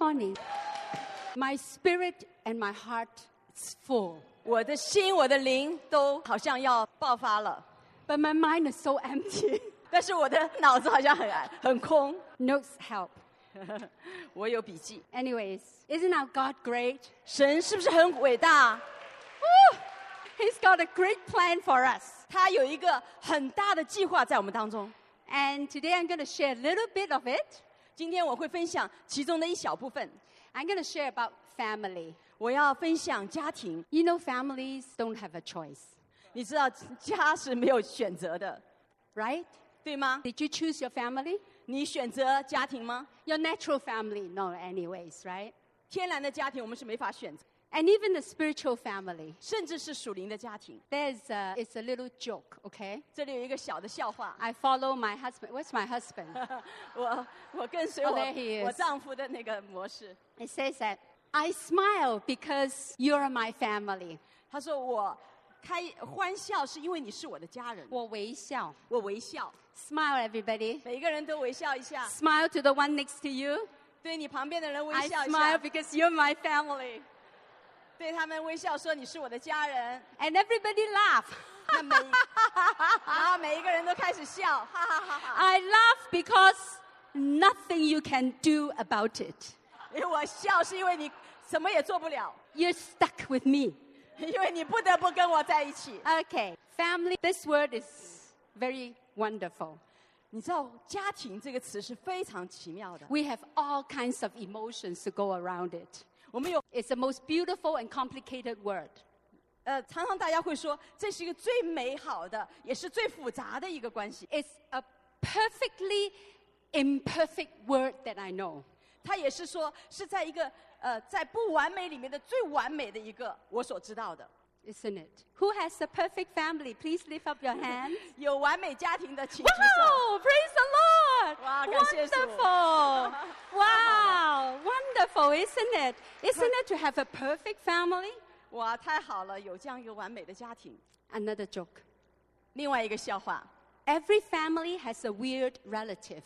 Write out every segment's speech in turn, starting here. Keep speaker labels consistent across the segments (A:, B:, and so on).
A: morning, my spirit and my heart is full,
B: 我的心、我的灵都好像要爆发了，
A: but my mind is so empty.
B: 但是我的脑子好像很很空。
A: Notes help.
B: 我有笔记。
A: Anyways, isn't our God great?
B: 神是不是很伟大？
A: Woo! He's got a great plan for us.
B: 他有一个很大的计划在我们当中。
A: And today I'm going to share a little bit of it.
B: 今天我会分享其中的一小部分。
A: I'm going to share about family.
B: 我要分享家庭，
A: You know, families don't have a choice,
B: 你知道家是没有选择的，
A: right?
B: 对吗？
A: Did you choose your family?
B: 你选择家庭吗？
A: Your natural family, no, anyways, right?
B: 天然的家庭我们是没法选择，
A: And even the spiritual family.
B: 甚至是属灵的家庭。
A: There's a, it's a little joke, okay?
B: 这里有一个小的笑话，
A: I follow my husband. Where's my husband?
B: 我我跟随我、
A: Oh, there he is.
B: 我丈夫的那个模式。
A: It says that I smile because you're my family.
B: 他说我开欢笑是因为你是我的家人，我
A: 我微笑.
B: 我微笑，
A: Smile, everybody.
B: 每一个人都微笑一下，
A: Smile to the one next to you.
B: 对你旁边的人微
A: I
B: 笑一
A: smile
B: 下，
A: because you're my family.
B: 对他们微笑说你是我的家 人。
A: And everybody laugh.
B: 那每，然后每一个人都开始笑，哈哈哈哈！
A: I laugh because nothing you can do about it.
B: 因为我笑是因为你什么也做不了，
A: You're stuck with me.
B: 因为你不得不跟我在一起。
A: Okay, family, this word is very wonderful.
B: 你知道“家庭”这个词是非常奇妙的，
A: We have all kinds of emotions to go around it.
B: 我们有
A: It's the most beautiful and complicated word.
B: 呃，常常大家会说这是一个最美好的，也是最复杂的一个关系，
A: It's a perfectly imperfect word that I know.
B: 它也是说是在一个呃在不完美里面的最完美的一个我所知道的。
A: Isn't it? Who has a perfect family? Please lift up your hand.
B: 有完美家庭的，请举手。
A: Wow! Praise the Lord!
B: 哇，感谢主。
A: wonderful! wow! Wonderful, isn't it? Isn't it to have a perfect family?
B: 哇，太好了，有这样一个完美的家庭。
A: Another joke.
B: 另外一个笑话，
A: Every family has a weird relative.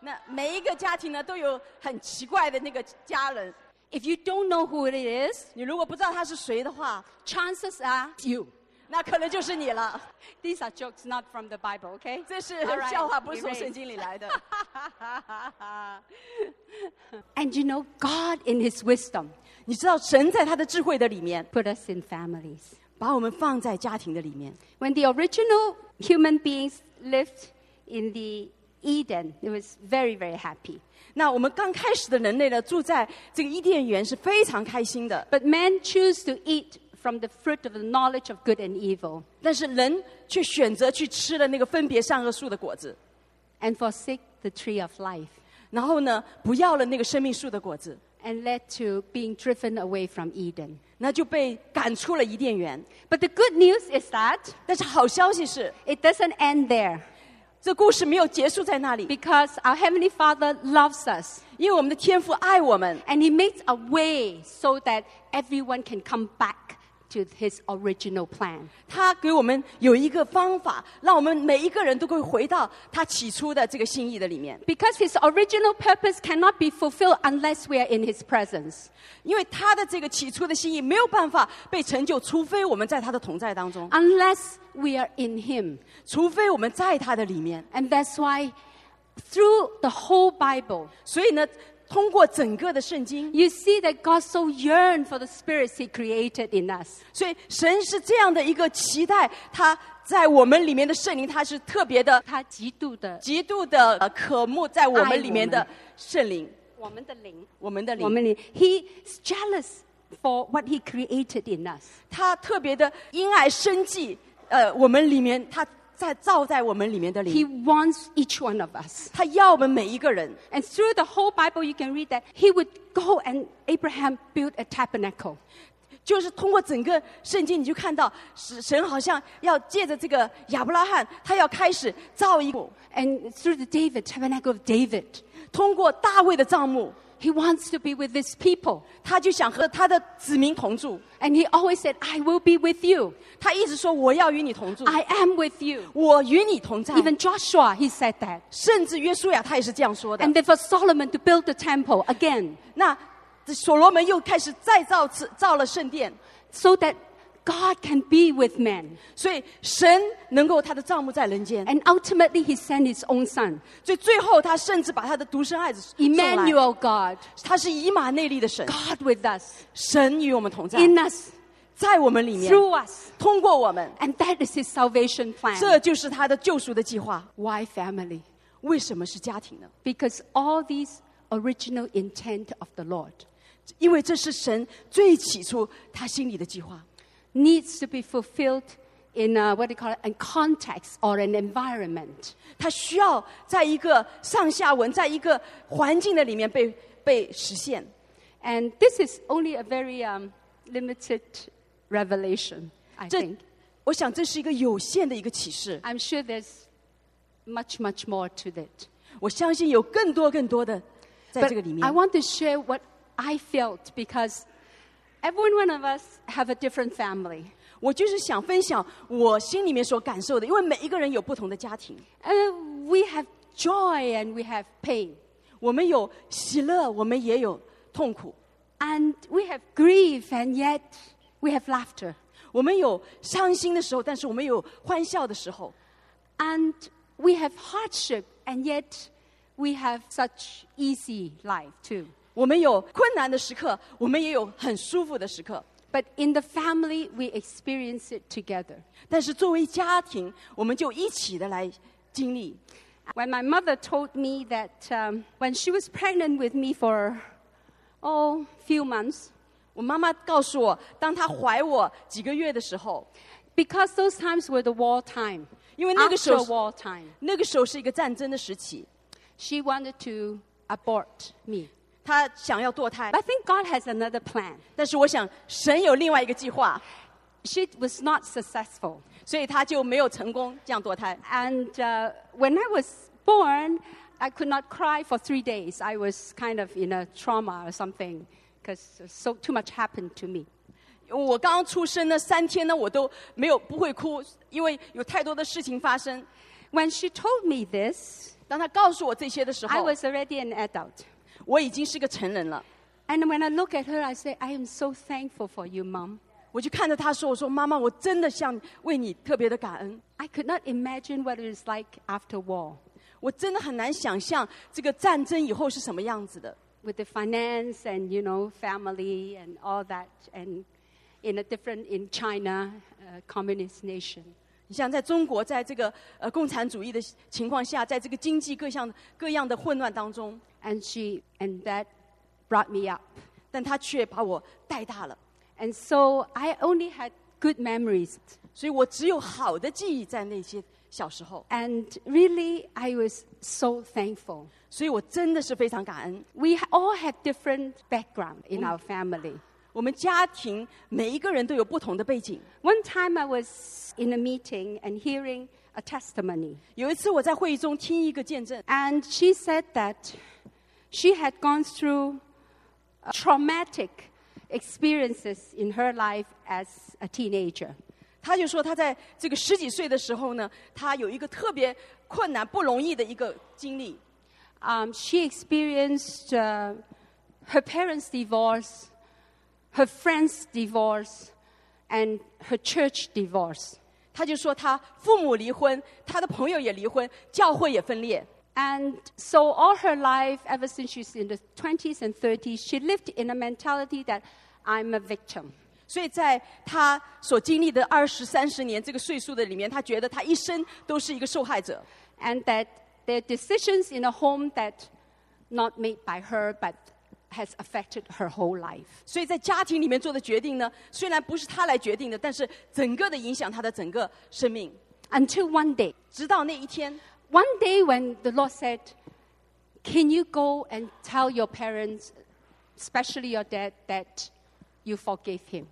B: 那每一个家庭呢都有很奇怪的那个家人，
A: If you don't know who it is,
B: 你如果不知道他是谁的话，
A: chances are you.
B: 那可能就是你了。
A: These are jokes not from the Bible, okay?
B: 这是
A: All right,
B: 笑话，不是从
A: erase.
B: 圣经里来的。
A: And you know, God in His wisdom
B: 你知道神在他的智慧的里面，
A: put us in families.
B: 把我们放在家庭的里面。
A: When the original human beings lived in the Eden, it was very, very happy.
B: 那我们刚开始的人类呢，住在这个伊甸园是非常开心的。
A: But man chose to eat from the fruit of the knowledge of good and evil
B: 但是人却选择去吃了那个分别善恶树的果子，
A: and forsake the tree of life
B: 然后呢，不要了那个生命树的果子，
A: and led to being driven away from Eden.
B: 那就被赶出了伊甸园。
A: But the good news is that
B: 但是好消息是，
A: it doesn't end there
B: 这故事没有结束在那里，
A: because our Heavenly Father loves us
B: 因为我们的天父爱我们，
A: and He makes a way so that everyone can come back to His original plan.
B: 他给我们有一个方法，让我们每一个人都会回到他起初的这个心意的里面，
A: Because His original purpose cannot be fulfilled unless we are in His presence,
B: 因为他的这个起初的心意没有办法被成就，除非我们在他的同在当中，
A: unless we are in Him.
B: 除非我们在他的里面。
A: And that's why through the whole Bible,
B: 所以呢，通过整个的圣经，
A: you see that God so yearned for the spirits He created in us.
B: 所以神是这样的一个期待，他在我们里面的圣灵，他是特别的
A: 他极度地
B: 极度的呃渴慕在我们里面
A: 爱我
B: 的
A: 们
B: 圣灵，
A: 我们的灵
B: 我们的灵。
A: woman. He's jealous for what he created in us.
B: 他特别的因爱生计，呃，我们里面他在造在我们里面的
A: He
B: 灵，
A: wants each one of us.
B: 他要我们每一个人。
A: And through the whole Bible, you can read that he would go and Abraham built a tabernacle.
B: 就是通过整个圣经，你就看到神神好像要借着这个亚伯拉罕，他要开始造一幕，
A: And through the David, tabernacle of David,
B: 通过大卫的账目，
A: he wants to be with his people.
B: 他就想和他的子民同住。
A: And he always said, I will be with you.
B: 他一直说我要与你同住，
A: I am with you.
B: 我与你同在。
A: Even Joshua, he said that.
B: 甚至约书亚他也是这样说的
A: And。then for Solomon to build the temple again.
B: 那这所罗门又开始再造次造了圣殿，
A: so that God can be with man.
B: 所以神能够他的帐幕在人间，
A: And ultimately, he sent his own son,
B: 所以最后他甚至把他的独生爱子送来
A: Emmanuel God,
B: 他是以马内利的神，
A: God with us,
B: 神与我们同在，
A: in us,
B: 在我们里面，
A: through us.
B: 通过我们，
A: And that is his salvation plan.
B: 这就是他的救赎的计划。
A: Why family?
B: 为什么是家庭呢？
A: Because all these original intent of the Lord
B: 因为这是神最起初他心里的计划，
A: needs to be fulfilled in a, what do you call it, a context or an environment.
B: 他需要在一个上下文，在一个环境的里面被被实现。
A: And this is only a very um, limited revelation, I
B: 这
A: think.
B: 我想这是一个有限的一个启示。
A: I'm sure there's much, much more to that.
B: 我相信有更多更多的在
A: But
B: 这个里
A: I
B: 面。
A: want to share what I felt because every one of us have a different family.
B: 我就是想分享我心里面所感受的，因为每一个人有不同的家庭，
A: And Uh, we have joy and we have pain.
B: 我们有喜乐，我们也有痛苦，
A: And we have grief and yet we have laughter.
B: 我们有伤心的时候，但是我们有欢笑的时候，
A: And we have hardship and yet we have such easy life too.
B: 我们有困难的时刻，我们也有很舒服的时刻。
A: But in the family, we experience it together.
B: 但是作为家庭，我们就一起的来经历。
A: When my mother told me that um, when she was pregnant with me for, oh, few months,
B: 我妈妈告诉我，当她怀我几个月的时候，
A: because those times were the war time,
B: 因为那个时候-
A: after war time,
B: 那个时候是一个战争的时期，
A: she wanted to abort me.
B: 她想要堕胎
A: But，I think God has another plan.
B: 但是我想神有另外一个计划，
A: She was not successful.
B: 所以她就没有成功这样堕胎。
A: And uh, when I was born, I could not cry for three days. I was kind of in a trauma or something because so too much happened to me.
B: 我刚出生呢三天呢，我都没有不会哭，因为有太多的事情发生。
A: When she told me this,
B: 当她告诉我这些的时
A: I
B: 候，
A: was already an adult.
B: 我已经是个成人了。
A: And when I look at her, I say, I am so thankful for you, Mom.
B: 我就看着她说：“我说妈妈，我真的想为你特别的感恩。”
A: I could not imagine what it was like after war
B: 我真的很难想象这个战争以后是什么样子的。
A: with the finance and, you know, family and all that, and in a different, in China, uh, communist nation.
B: 你像在中国，在这个呃共产主义的情况下，在这个经济各项各样的混乱当中，
A: And she, and that brought me up.
B: 但他却把我带大了，
A: And so I only had good memories.
B: 所以我只有好的记忆在那些小时候，
A: And really, I was so thankful.
B: 所以我真的是非常感恩。
A: We ha- all had different background in our family.
B: 我们家庭每一个人都有不同的背景。
A: One time I was in a meeting and hearing a testimony.
B: 有一次我在会议中听一个见证，
A: And she said that she had gone through uh, traumatic experiences in her life as a teenager.
B: 他就说他在这个十几岁的时候呢，他有一个特别困难、不容易的一个经历。
A: Um, she experienced uh, her parents' divorce, her friends' divorce, and her church divorce.
B: 他就说他父母离婚，他的朋友也离婚，教会也分裂。
A: And so, all her life, ever since she's in the 20s and 30s, she lived in a mentality that I'm a victim.
B: 所以在他所经历的二十三十年这个岁数的里面，他觉得他一生都是一个受害者。
A: and that there are decisions in a home that not made by her but has affected her whole life.
B: 所以在家庭里面做的决定呢，虽然不是他来决定的，但是整个的影响他的整个生命。
A: Until one day,
B: 直到那一天，
A: one day when the Lord said, Can you go and tell your parents, especially your dad, that you forgave him?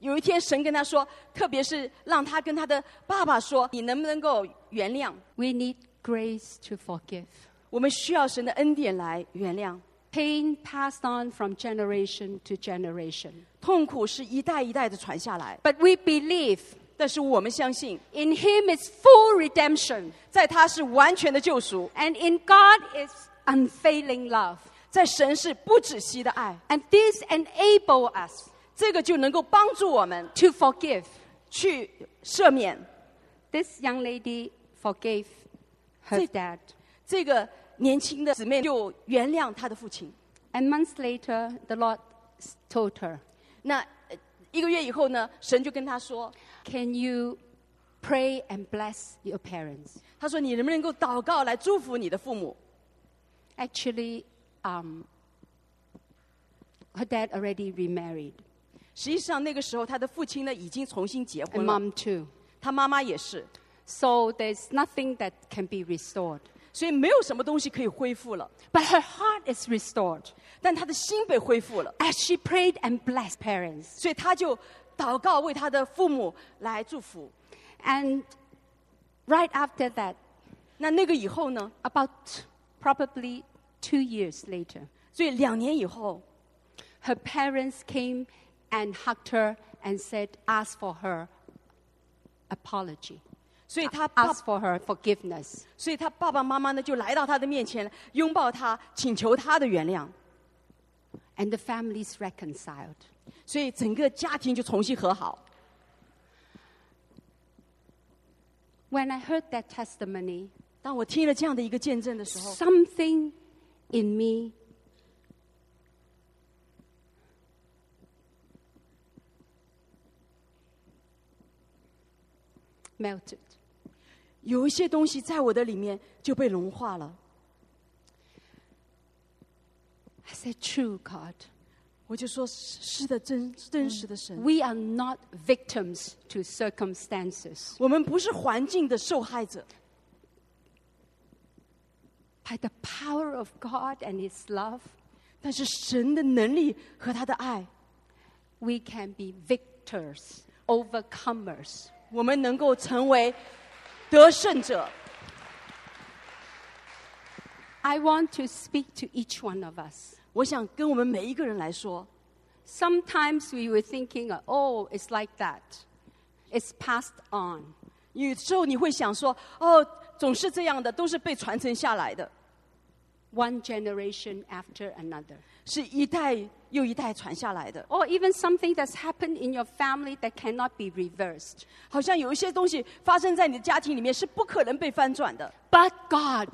B: 有一天神跟他说，特别是让他跟他的爸爸说：“你能不能够原谅？
A: We need grace to forgive.
B: 我们需要神的恩典来原谅。
A: Pain passed on from generation to generation.
B: 痛苦是一代一代的传下来，
A: But we believe
B: 但是我们相信，
A: in him is full redemption,
B: 在他是完全的救赎，
A: and in God is unfailing love.
B: 在神是不止息的爱，
A: And this enable us
B: 这个就能够帮助我们
A: to forgive.
B: 去赦免
A: This young lady forgave her
B: So-
A: dad.
B: 这个年轻的姊妹，就原谅她的父亲。
A: And months later, the Lord s- told her,
B: 那呃一个月以后呢，神就跟她说
A: Can you pray and bless your parents?：“
B: 他说你能不能够祷告来祝福你的父母
A: Actually, um, her dad already remarried,？”
B: 实际上那个时候，她的父亲呢已经重新结婚
A: and
B: 了，
A: mom too.
B: 她妈妈也是，
A: So there's nothing that can be restored.
B: 所以没有什么东西可以恢复了。
A: But her heart is restored
B: 但她的心被恢复了，
A: as she prayed and blessed parents.
B: 所以她就祷告为她的父母来祝福。
A: And right after that,
B: 那那个以后呢？
A: about probably two years later,
B: 所以两年以后，
A: her parents came and hugged her and said, ask for her apology,
B: 所以她爸，
A: ask for her forgiveness.
B: 所以她爸爸妈妈呢就来到她的面前，拥抱她，请求她的原谅。
A: And the families reconciled.
B: 所以整个家庭就重新和好。
A: When I heard that testimony,
B: 当我听了这样的一个见证的时候，
A: something in me melted.
B: 有一些东西在我的里面就被融化了。
A: I said, True God,
B: 我就说，是是的，真真实的神，
A: we are not victims to circumstances.
B: 我们不是环境的受害者，
A: By the power of God and His love,
B: 但是神的能力和他的爱，
A: we can be victors, overcomers.
B: 我们能够成为得胜者。
A: I want to speak to each one of us.
B: 我想跟我们每一个人来说，
A: Sometimes we were thinking, oh, it's like that. It's passed on.
B: 有时候你会想说，哦，总是这样的，都是被传承下来的，
A: one generation after another.
B: 是一代又一代传下来的。
A: Or even something that's happened in your family that cannot be reversed.
B: 好像有一些东西发生在你的家庭里面是不可能被翻转的。
A: But God,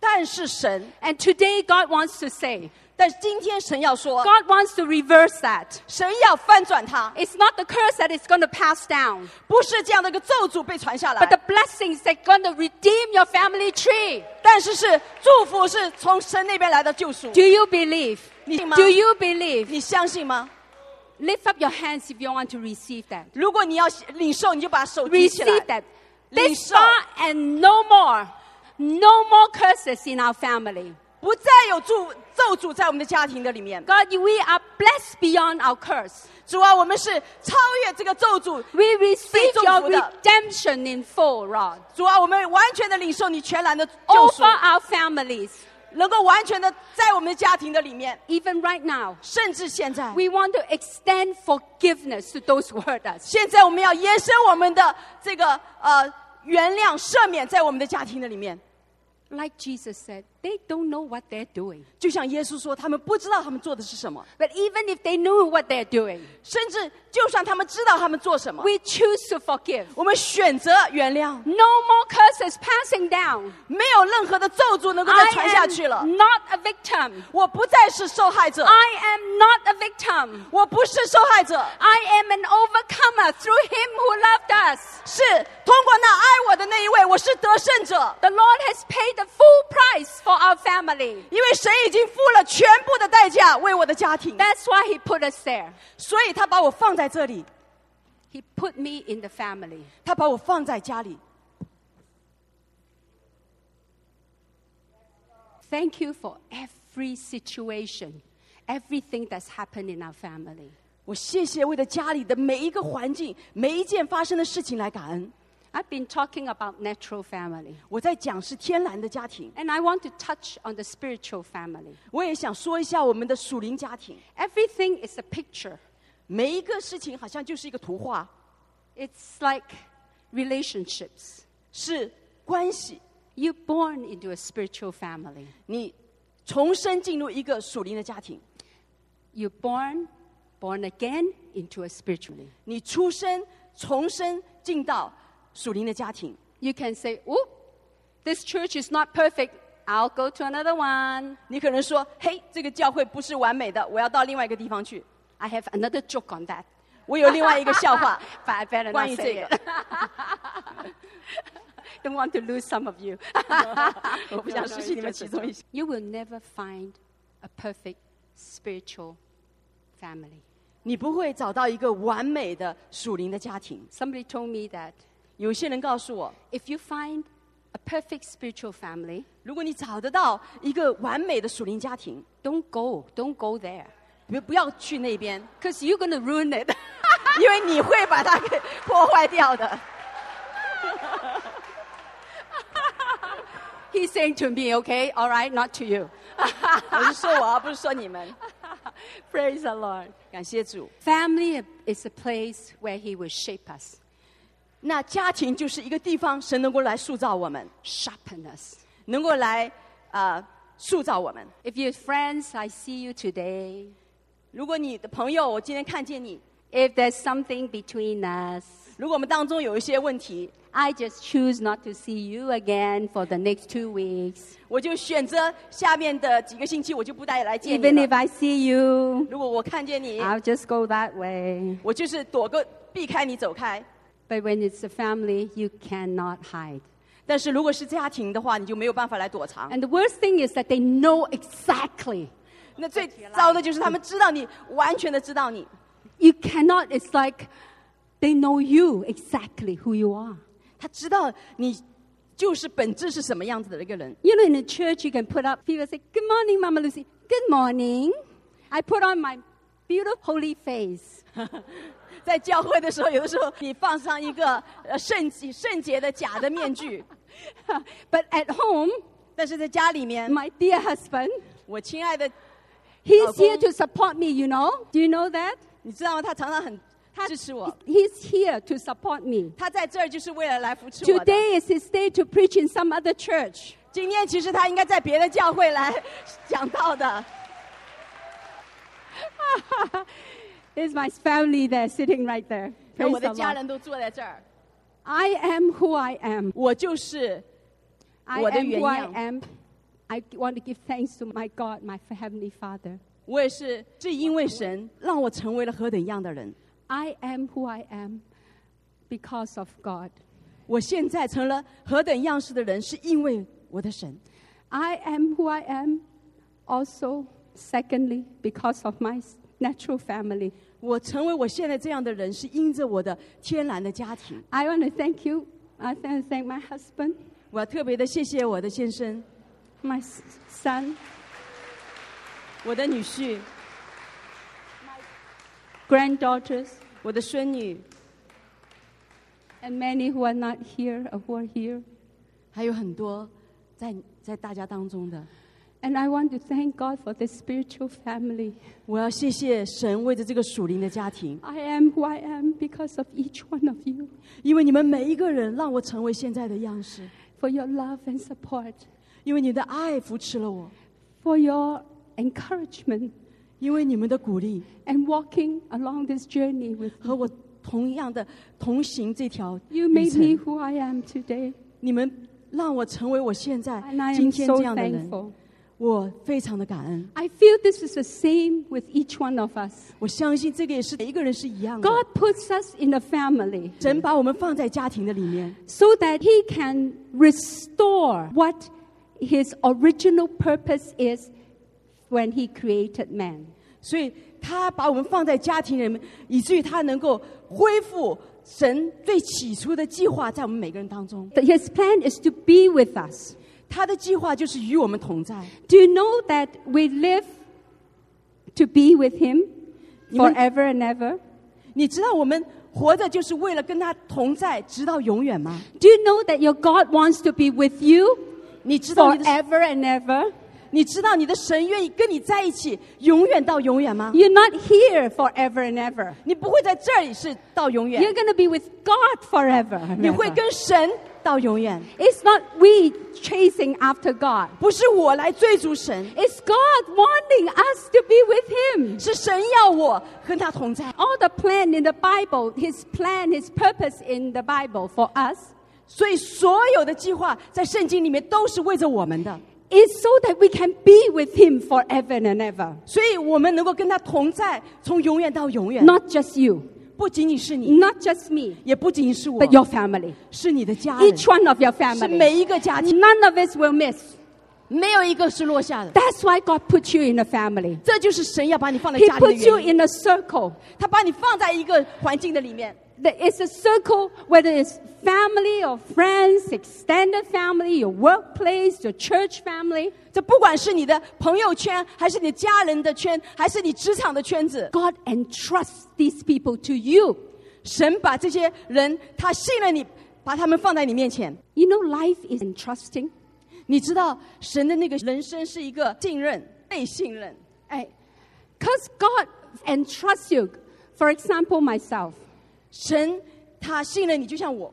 B: 但是神，
A: and today God wants to say,
B: 但是今天神要说，
A: God wants to reverse that.
B: 神要翻转它，
A: It's not the curse that is going to pass down,
B: 不是这样的一个咒诅被传下来
A: but，the blessings that going to redeem your family tree.
B: 但是是祝福是从神那边来的救赎
A: Do。you believe?
B: Ni-
A: Do you believe?
B: 你相信吗？
A: Lift up your hands if you want to receive that.
B: 如果你要领受，你就把手举起
A: Receive
B: 来。
A: that. This
B: Lisa.
A: far and no more. No more curses in our family.
B: 不再有咒咒诅在我们的家庭的里面。
A: God, we are blessed beyond our curse.
B: 主啊，我们是超越这个咒诅。
A: We receive your
B: 被祝福的。
A: redemption in full, Rod.
B: 主啊，我们完全的领受你全然的救赎
A: Over，our families.
B: 能够完全的在我们的家庭的里面，
A: Even right now,
B: 甚至现在。
A: we want to extend forgiveness to those who hurt us.
B: 现在我们要延伸我们的这个呃原谅赦免在我们的家庭的里面，
A: Like Jesus said, they don't know what they're doing.
B: 就像耶稣说，他们不知道他们做的是什么，
A: But even if they knew what they're doing,
B: 甚至就算他们知道他们做什么，
A: we choose to forgive.
B: 我们选择原谅，
A: No more curses passing down.
B: 没有任何的咒诅能够再传下
A: I
B: 去了。
A: am not a victim.
B: 我不再是受害者，
A: I am not a victim.
B: 我不是受害者，
A: I am an overcomer through him who loved us.
B: 是通过那爱我的那一位，我是得胜者，
A: The Lord has paid the full price for our family.
B: 因为神已经付了全部的代价为我的家庭，
A: That's why He put us there.
B: 所以他把我放在这里，
A: He put me in the family.
B: 他把我放在家里。
A: Thank you for every situation, everything that's happened in our family.
B: 我谢谢为了家里的每一个环境、每一件发生的事情来感恩。
A: I've been talking about natural family,
B: 我在讲是天然的家庭，
A: and I want to touch on the spiritual family.
B: 我也想说一下我们的属灵家庭。
A: Everything is a picture.
B: 每一个事情好像就是一个图画，
A: It's like relationships.
B: 是关系。
A: You're born into a spiritual family.
B: 你重生进入一个属灵的家庭。
A: You're born, born again into a spiritually.
B: 你出生重生进到属灵的家庭。
A: You can say, "Oh, this church is not perfect. I'll go to another one."
B: 你可能说：“嘿，这个教会不是完美的，我要到另外一个地方去。
A: I have another joke on that, ”
B: 我有另外一个 笑话
A: but I better
B: 关
A: not
B: 于
A: say
B: 这
A: it.
B: 个，
A: Don't want to lose some of you.
B: 我不想失去你们其中一些。
A: You will never find a perfect spiritual family.
B: 你不会找到一个完美的属灵的家庭。
A: Somebody told me that
B: 有些人告诉我，
A: if you find a perfect spiritual family,
B: 如果你找得到一个完美的属灵家庭，
A: don't go, don't go there,
B: 不不要去那边，
A: because you're going to ruin it.
B: 因为你会把它给破坏掉的。
A: He's saying to me, okay, all right, not to you.
B: 我是说我啊，不是说你们。
A: Praise the Lord.
B: 感谢主。
A: Family is a place where He will shape us,
B: 那家庭就是一个地方，神能够来塑造我们，
A: sharpen us.
B: 能够来啊、呃塑造我们。
A: If you're friends, I see you today.
B: 如果你的朋友，我今天看见你，
A: If there's something between us,
B: 如果我们当中有一些问题，
A: I just choose not to see you again for the next two weeks.
B: 我就选择下面的几个星期，我就不带来见你
A: Even
B: 了
A: if I see you,
B: 如果我看见你，
A: I'll just go that way.
B: 我就是躲个避开你走开。
A: But when it's a family, you cannot hide.
B: 但是如果是家庭的话，你就没有办法来躲藏。
A: And the worst thing is that they know exactly.
B: 那最糟的就是他们知道你，完全的知道你，
A: You cannot, it's like they know you exactly who you are.
B: 他知道你就是本质是什么样子的一个人。
A: You know, in the church, you can put up, people say, Good morning, Mama Lucy. Good morning. I put on my beautiful holy face.
B: 在教会的时候，有的时候你放上一个呃圣洁圣洁的假的面具，
A: but at home,
B: 但是在家里面，
A: my dear husband,
B: 我亲爱的，
A: he's
B: 老公。
A: here to support me, you know. Do you know that?
B: 你知道吗？他常常很支持我，
A: He's here to support me.
B: 他在这儿就是为了来扶持我的。
A: Today is his day to preach in some other church.
B: 今天其实他应该在别的教会来 讲到的。
A: There's my family there sitting right there.
B: 那
A: Praise
B: 我的
A: the
B: 家
A: Lord.
B: 人都坐在这儿，
A: I am who I am.
B: 我就是，
A: I
B: 我的
A: am who I
B: 原样。
A: am. I want to give thanks to my God, my Heavenly Father.
B: 我也是，是因为神让我成为了何等样的人。
A: I am who I am because of God.
B: 我现在成了何等样式的人，是因为我的神。
A: I am who I am also, secondly, because of my s- natural family.
B: 我成为我现在这样的人，是因着我的天然的家庭。
A: I want to thank you. I want to thank my husband,
B: 我要特别的谢谢我的先生，
A: my s- son,
B: 我的女婿，
A: granddaughters,
B: 我的孙女，
A: and many who are not here or who are here.
B: 还有很多在在大家当中的。
A: And I want to thank God for this spiritual family.
B: 我要谢谢神为着这个属灵的家庭，
A: I am who I am because of each one of you,
B: 因为你们每一个人让我成为现在的样式，
A: for your love and support,
B: 因为你的爱扶持了我，
A: for your encouragement,
B: 因为你们的鼓励
A: and walking along this journey with
B: 和我同样的同行这条
A: you
B: 旅
A: made me
B: 程。
A: who I am today.
B: 你们让我成为我现在
A: And I
B: 今
A: am
B: 天
A: so
B: 这样的人，
A: thankful.
B: 我非常的感恩。
A: I feel this is the same with each one of us.
B: 我相信这个也是每一个人是一样的。
A: God puts us in a family
B: 神把我们放在家庭的里面，
A: so that He can restore what His original purpose is when He created man.
B: 所以他把我们放在家庭里面，以至于他能够恢复神最起初的计划，在我们每个人当中。
A: But His plan is to be with us.
B: 他的计划就是与我们同在。
A: Do you know that we live to be with Him
B: 你们-
A: forever and ever?
B: 你知道我们活着就是为了跟他同在，直到永远吗？
A: Do you know that your God wants to be with you
B: 你知道你的，
A: forever and ever?
B: 你知道你的神愿意跟你在一起，永远到永远吗？
A: You're not here forever and ever.
B: 你不会在这里是到永远
A: You're，going to be with God forever. and
B: 你会
A: ever.
B: 跟神到永远。
A: It's not we chasing after God.
B: 不是我来追逐神，
A: It's God wanting us to be with Him.
B: 是神要我跟他同在。
A: All the plan in the Bible, His plan, His purpose in the Bible for us,
B: 所以所有的计划在圣经里面都是为着我们的，
A: is so that we can be with Him forever and ever.
B: 所以我们能够跟他同在，从永远到永远。
A: Not just you,
B: 不仅仅是你，
A: not just me,
B: 也不仅仅是我
A: but，your family.
B: 是你的家人，
A: Each one of your
B: 是每
A: family.
B: 一个家庭，
A: None of us will miss.
B: 没有一个是落下的。
A: That's why God put you in a family.
B: 这就是神要把你放在
A: He
B: 家
A: put
B: 里的
A: you
B: 原因，
A: in a circle.
B: 他把你放在一个环境的里面。
A: The- It's a circle, whether it's family or friends, extended family, your workplace, your church family.
B: 这不管是你的朋友圈，还是你家人的圈，还是你职场的圈子，
A: God entrusts these people to you.
B: 神把这些人，他信任你，把他们放在你面前。
A: You know, life is entrusting.
B: 你知道，神的那个人生是一个信任、被信任。
A: Because God entrusts you. For example, myself.
B: 神他信任你，就像我，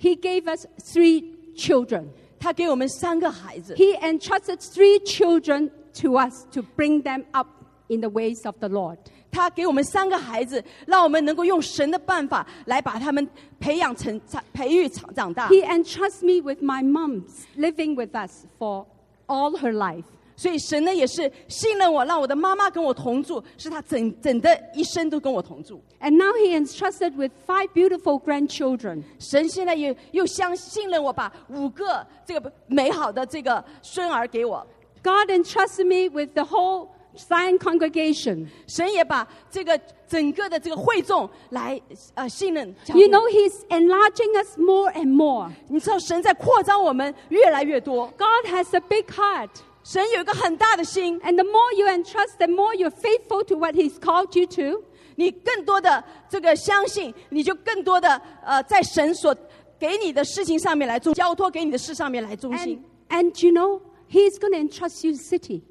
A: He gave us three children.
B: 他给我们三个孩子，
A: He entrusted three children to us to bring them up in the ways of the Lord.
B: 他给我们三个孩子，让我们能够用神的办法来把他们培养成、长培育长长大。
A: He entrusts me with my mom living with us for all her life.
B: 所以神呢也是信任我，让我的妈妈跟我同住，是她整整的一生都跟我同住。
A: And now he entrusted with five beautiful grandchildren.
B: 神现在也又相信任我，把五个这个美好的这个孙儿给我。
A: God entrusted me with the whole Zion congregation.
B: 神也把这个整个的这个会众来呃信任。交给
A: You know, he's enlarging us more and more.
B: 你知道神在扩张我们越来越多。
A: God has a big heart.
B: 神有一个很大的心，
A: And the more you entrust, the more you're faithful to what he's called you to.
B: 你更多的这个相信，你就更多的呃在神所给你的事情上面来忠，交托给你的事上面来忠心
A: And,。and you know, he's going to entrust you the city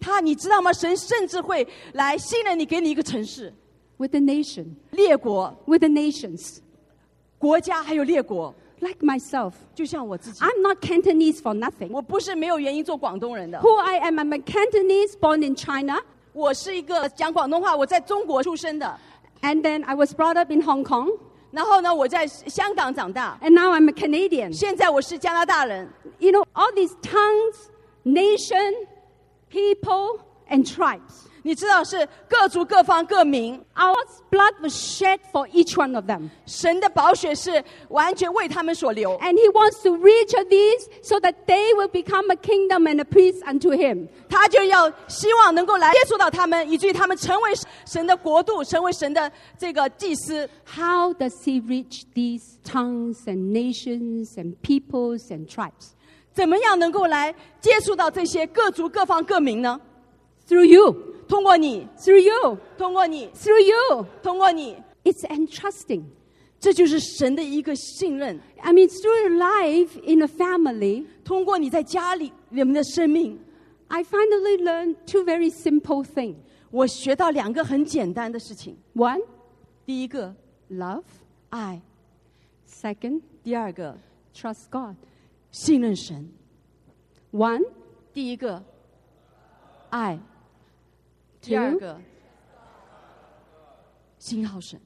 B: 他，你知道吗？神甚至会来信任你，给你一个城市、
A: with the nation,
B: 列国、
A: with the nations.
B: 国家，还有列国。
A: Like myself,
B: 就像我自己，
A: I'm not Cantonese for nothing.
B: 我不是没有原因做广东人的，
A: Who I am, I'm a Cantonese born in China,
B: 我是一个讲广东话，我在中国出生的，
A: and then I was brought up in Hong Kong,
B: 然后呢，我在香港长大，
A: and now I'm a Canadian.
B: 现在我是加拿大人。
A: You know, all these tongues, nation, people, and tribes.
B: 你知道是各族各方各民，
A: Our blood was shed for each one of them.
B: 神的宝血是完全为他们所流。
A: And he wants to reach of these so that they will become a kingdom and a priest unto him.
B: 他就要希望能够来接触到他们，以至于他们成为神的国度，成为神的这个祭司。
A: How does he reach these tongues and nations and peoples and tribes?
B: 怎么样能够来接触到这些各族各方各民呢？
A: Through you,
B: 通过你，
A: through you,
B: 通过你，
A: through you.
B: 通过你，
A: It's entrusting.
B: 这就是神的一个信任。
A: I mean, through your life in a family,
B: 通过你在家里人们的生命，
A: I finally learned two very simple things.
B: 我学到两个很简单的事情：
A: One,
B: 第一个
A: love.
B: 爱，
A: Second,
B: 第二个
A: trust God.
B: 信任神。
A: One,
B: 第一个爱，第二
A: two,
B: 个信号神。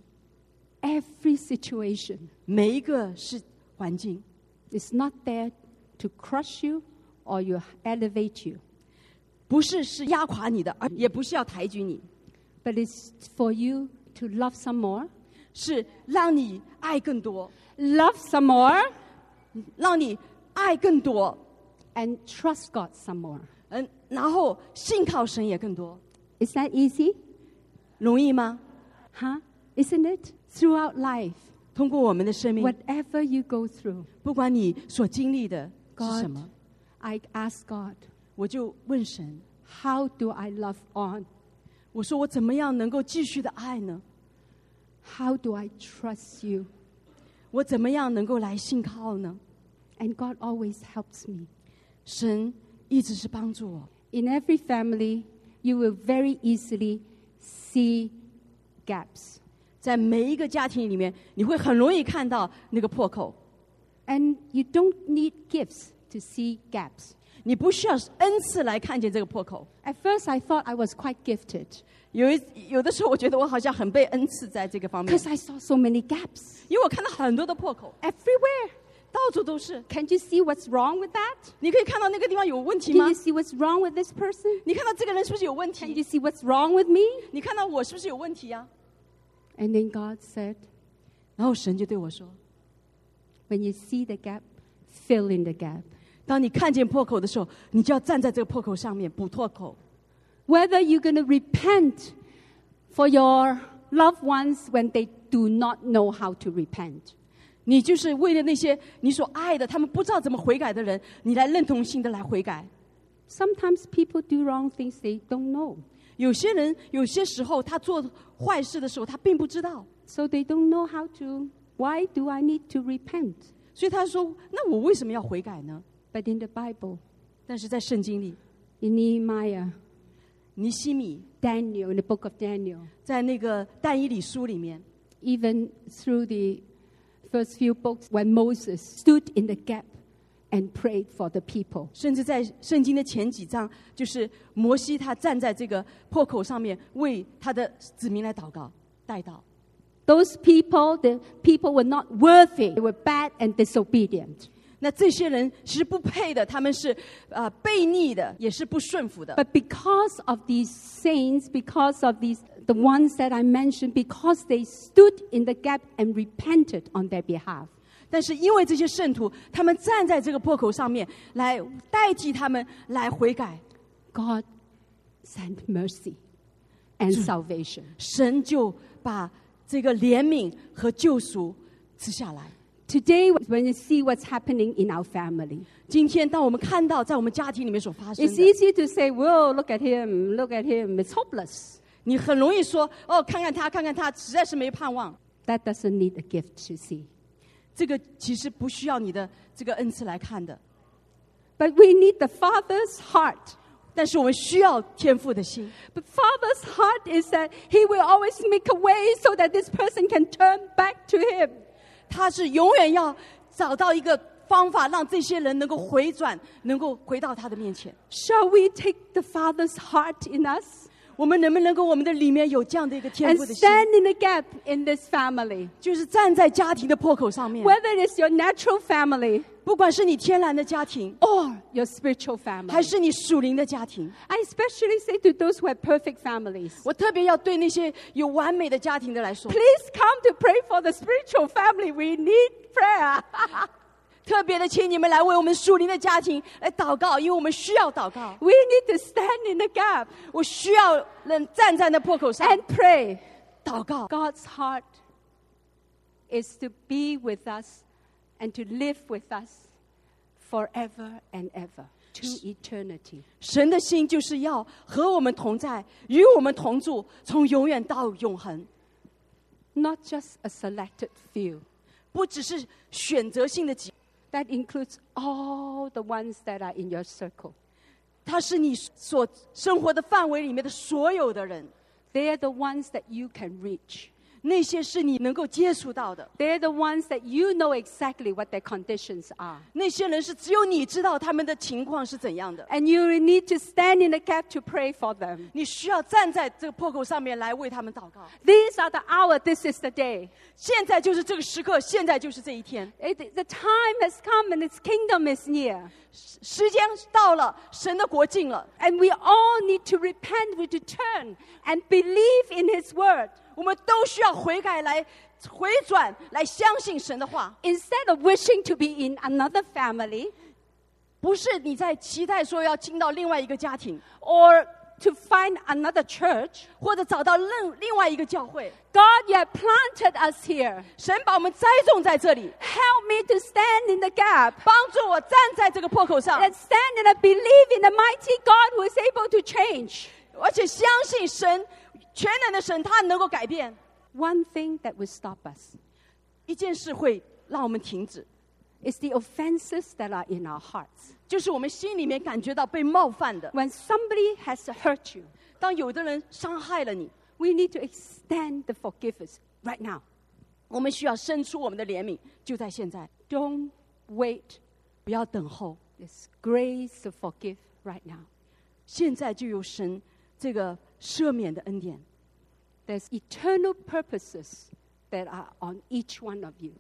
A: every situation.
B: 每一个是环境，
A: It's not there to crush you or you elevate you,
B: 不是是压垮你的，而也不是要抬举你，
A: but it's for you to love some more,
B: 是让你爱更多，
A: love some more,
B: 让你爱更多，
A: and trust God some more.
B: 嗯，然后信靠神也更多，
A: Is that easy?
B: 容易吗？
A: Huh? Isn't it? Throughout life,
B: 通过我们的生命，
A: whatever you go through,
B: 不管你所经历的是什
A: God,
B: 么，
A: I ask God,
B: 我就问神，
A: how do I love on?
B: 我说我怎么样能够继续的爱呢？
A: How do I trust you?
B: 我怎么样能够来信靠呢？
A: And God always helps me.
B: 神一直是帮助我。
A: In every family, you will very easily see gaps.
B: 在每一个家庭里面，你会很容易看到那个破口。
A: And you don't need gifts to see gaps.
B: 你不需要恩赐来看见这个破口。
A: At first, I thought I was quite gifted
B: 有一有的时候，我觉得我好像很被恩赐在这个方面
A: because，I saw so many gaps
B: 因为我看到很多的破口，
A: everywhere.
B: 到处都是。
A: Can you see what's wrong with that?
B: 你可以看到那个地方有问题
A: Can
B: 吗
A: you？see what's wrong with this person?
B: 你看到这个人是不是有问
A: Can
B: 题？
A: you see what's wrong with me?
B: 你看到我是不是有问题呀、
A: And then God said,
B: 然后神就对我说
A: When you see the gap, fill in the gap.：“
B: 当你看见破口的时候，你就要站在这个破口上面补破口。
A: Whether you're going to repent for your loved ones when they do not know how to repent,
B: 你就是为了那些你所爱的，他们不知道怎么悔改的人，你来认同性的来悔改。
A: sometimes people do wrong things they don't know.
B: 有些人有些时候他做坏事的时候，他并不知道，
A: So they don't know how to. Why do I need to repent?
B: 所以他说：‘那我为什么要悔改呢
A: But in the Bible,？’
B: 但是在圣经里，
A: in Nehemiah,
B: 尼西米
A: Daniel, in the book of Daniel,
B: 在那个但以理书里面，
A: even through the first few books when Moses stood in the gap and prayed for the people.
B: 甚至在圣经的前几章，就是摩西他站在这个破口上面，为他的子民来祷告、代祷。
A: Those people, the people were not worthy. They were bad and disobedient.
B: 那这些人其实不配的，他们是呃悖逆的，也是不顺服的。
A: But because of these saints, because of these the ones that I mentioned, because they stood in the gap and repented on their behalf,
B: 但是因为这些圣徒，他们站在这个破口上面，来代替他们来悔改，
A: God sent mercy and salvation.
B: 神就把这个怜悯和救赎赐下来。
A: Today, when you see what's happening in our family,
B: 今天，当我们看到在我们家庭里面所发生
A: It's
B: 的，
A: easy to say, whoa, look at him, look at him, it's hopeless.
B: 你很容易说：“哦，看看他，看看他，实在是没盼望。”
A: That doesn't need a gift to see.
B: 这个其实不需要你的这个恩赐来看的，
A: But we need the Father's heart.
B: 但是我们需要天赋的心。
A: But Father's heart is that He will always make a way so that this person can turn back to Him.
B: 他是永远要找到一个方法，让这些人能够回转，能够回到他的面前。
A: Shall we take the Father's heart in us
B: 我们能不能够我们的里面有这样的一个天
A: and
B: 赋的心，
A: stand in the gap in this family?
B: 就是站在家庭的破口上面，
A: Whether it's your natural family
B: 不管是你天然的家庭，
A: or your spiritual family.
B: 还是你属灵的家庭。
A: I especially say to those who have perfect families.
B: 我特别要对那些有完美的家庭的来说，
A: Please come to pray for the spiritual family. We need prayer.
B: 特别的，请你们来为我们属灵的家庭来祷告，因为我们需要祷告，
A: we need to stand in the gap
B: 我需要人站在那破口上
A: and pray.
B: 祷告。
A: God's heart is to be with us and to live with us forever and ever to eternity.
B: 神的心就是要和我们同在，与我们同住，从永远到永恒，
A: Not just a selected few.
B: 不只是选择性的几，
A: That includes all the ones that are in your circle.
B: 它是你所生活的范围里面的所有的人，
A: They are the ones that you can reach.
B: 那些是你能够接触到的，
A: They're the ones that you know exactly what their conditions are.
B: 那些人是只有你知道他们的情况是怎样的。
A: And you need to stand in the gap to pray for them.
B: 你需要站在这个破口上面来为他们祷告。
A: These are the hour, this is the day.
B: 现在就是这个时刻，现在就是这一天，
A: It, the time has come and its kingdom is near.
B: 时时间到了，神的国境了，
A: And we all need to repent, we to turn and believe in his word.
B: 我们都需要悔改来回转，来相信神的话。
A: Instead of wishing to be in another family
B: 不是你在期待说要进到另外一个家庭，
A: or to find another church,
B: 或者找到另另外一个教会。
A: God, you have planted us here.
B: 神把我们栽种在这里，
A: Help me to stand in the gap.
B: 帮助我站在这个破口上，
A: And stand and I believe in the mighty God who is able to change.
B: 而且相信神全能的神，他能够改变。
A: One thing that will stop us
B: 一件事会让我们停止，
A: is the offenses that are in our hearts.
B: 就是我们心里面感觉到被冒犯的。
A: When somebody has hurt you,
B: 当有的人伤害了你，
A: we need to extend the forgiveness right now.
B: 我们需要伸出我们的怜悯，就在现在。
A: Don't wait.
B: 不要等候，
A: There's grace to forgive right now.
B: 现在就有神这个赦免的恩典。
A: There's eternal purposes that are on each one of you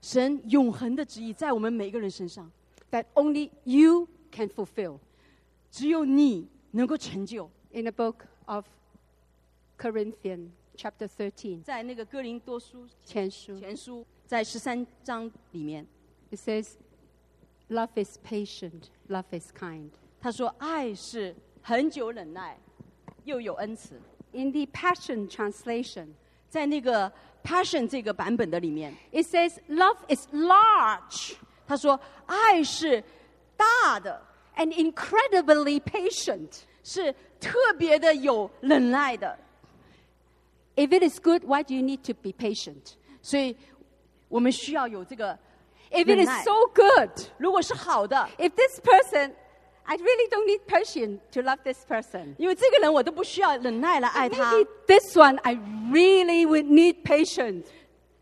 B: 神永恒的旨意在我们每个人身上，
A: that only you can fulfill.
B: 只有你能够成就。
A: In the book of Corinthians, chapter 13,
B: 在那个哥林多书
A: 前书,
B: 前书在十三章里面，
A: it says, Love is patient, love is kind.
B: 他说：“爱是恒久忍耐，又有恩慈。
A: In the Passion Translation, ”
B: 在那个 Passion 这个版本的里面，
A: it says, Love is large
B: 他说：“爱是大的，
A: and incredibly patient.
B: 是特别的有忍耐的。
A: If it is good, why do you need to be patient? ”
B: 所以，我们需要有这个
A: If it is
B: 忍耐。
A: so good,
B: 如果是好的，
A: if this person, I really don't need patience to love this person.
B: 因为这个人我都不需要忍耐来爱他，
A: Maybe this one, I really would need patience.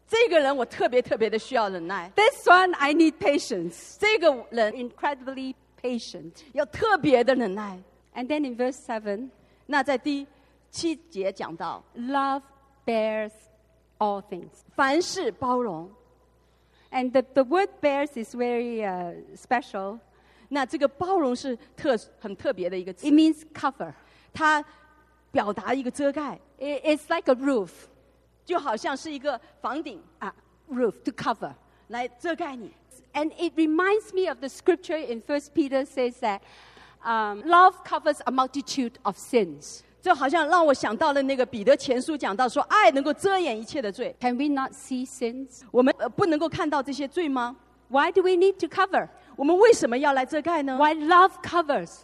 B: 这个人我特别特别的需要忍耐，
A: This one, I need patience.
B: 这个人
A: Incredibly patient.
B: 要特别的忍耐。
A: And then in verse 7,
B: 那在第七节讲到，
A: love bears all things.
B: 凡事包容。
A: And the, the word bears is very uh, special.
B: 那这个包容是特很特别的一个
A: It
B: 词，
A: means cover.
B: 它表达一个遮盖，
A: It, it's like a roof,
B: 就好像是一个房顶
A: uh, roof to cover.
B: 来遮盖你。
A: And it reminds me of the scripture in First Peter says that um, love covers a multitude of sins.
B: 这好像让我想到了那个彼得前书讲到说，爱能够遮掩一切的罪。
A: Can we not see sins?
B: 我们呃不能够看到这些罪吗？
A: Why do we need to cover?
B: 我们为什么要来遮盖呢？
A: Why love covers?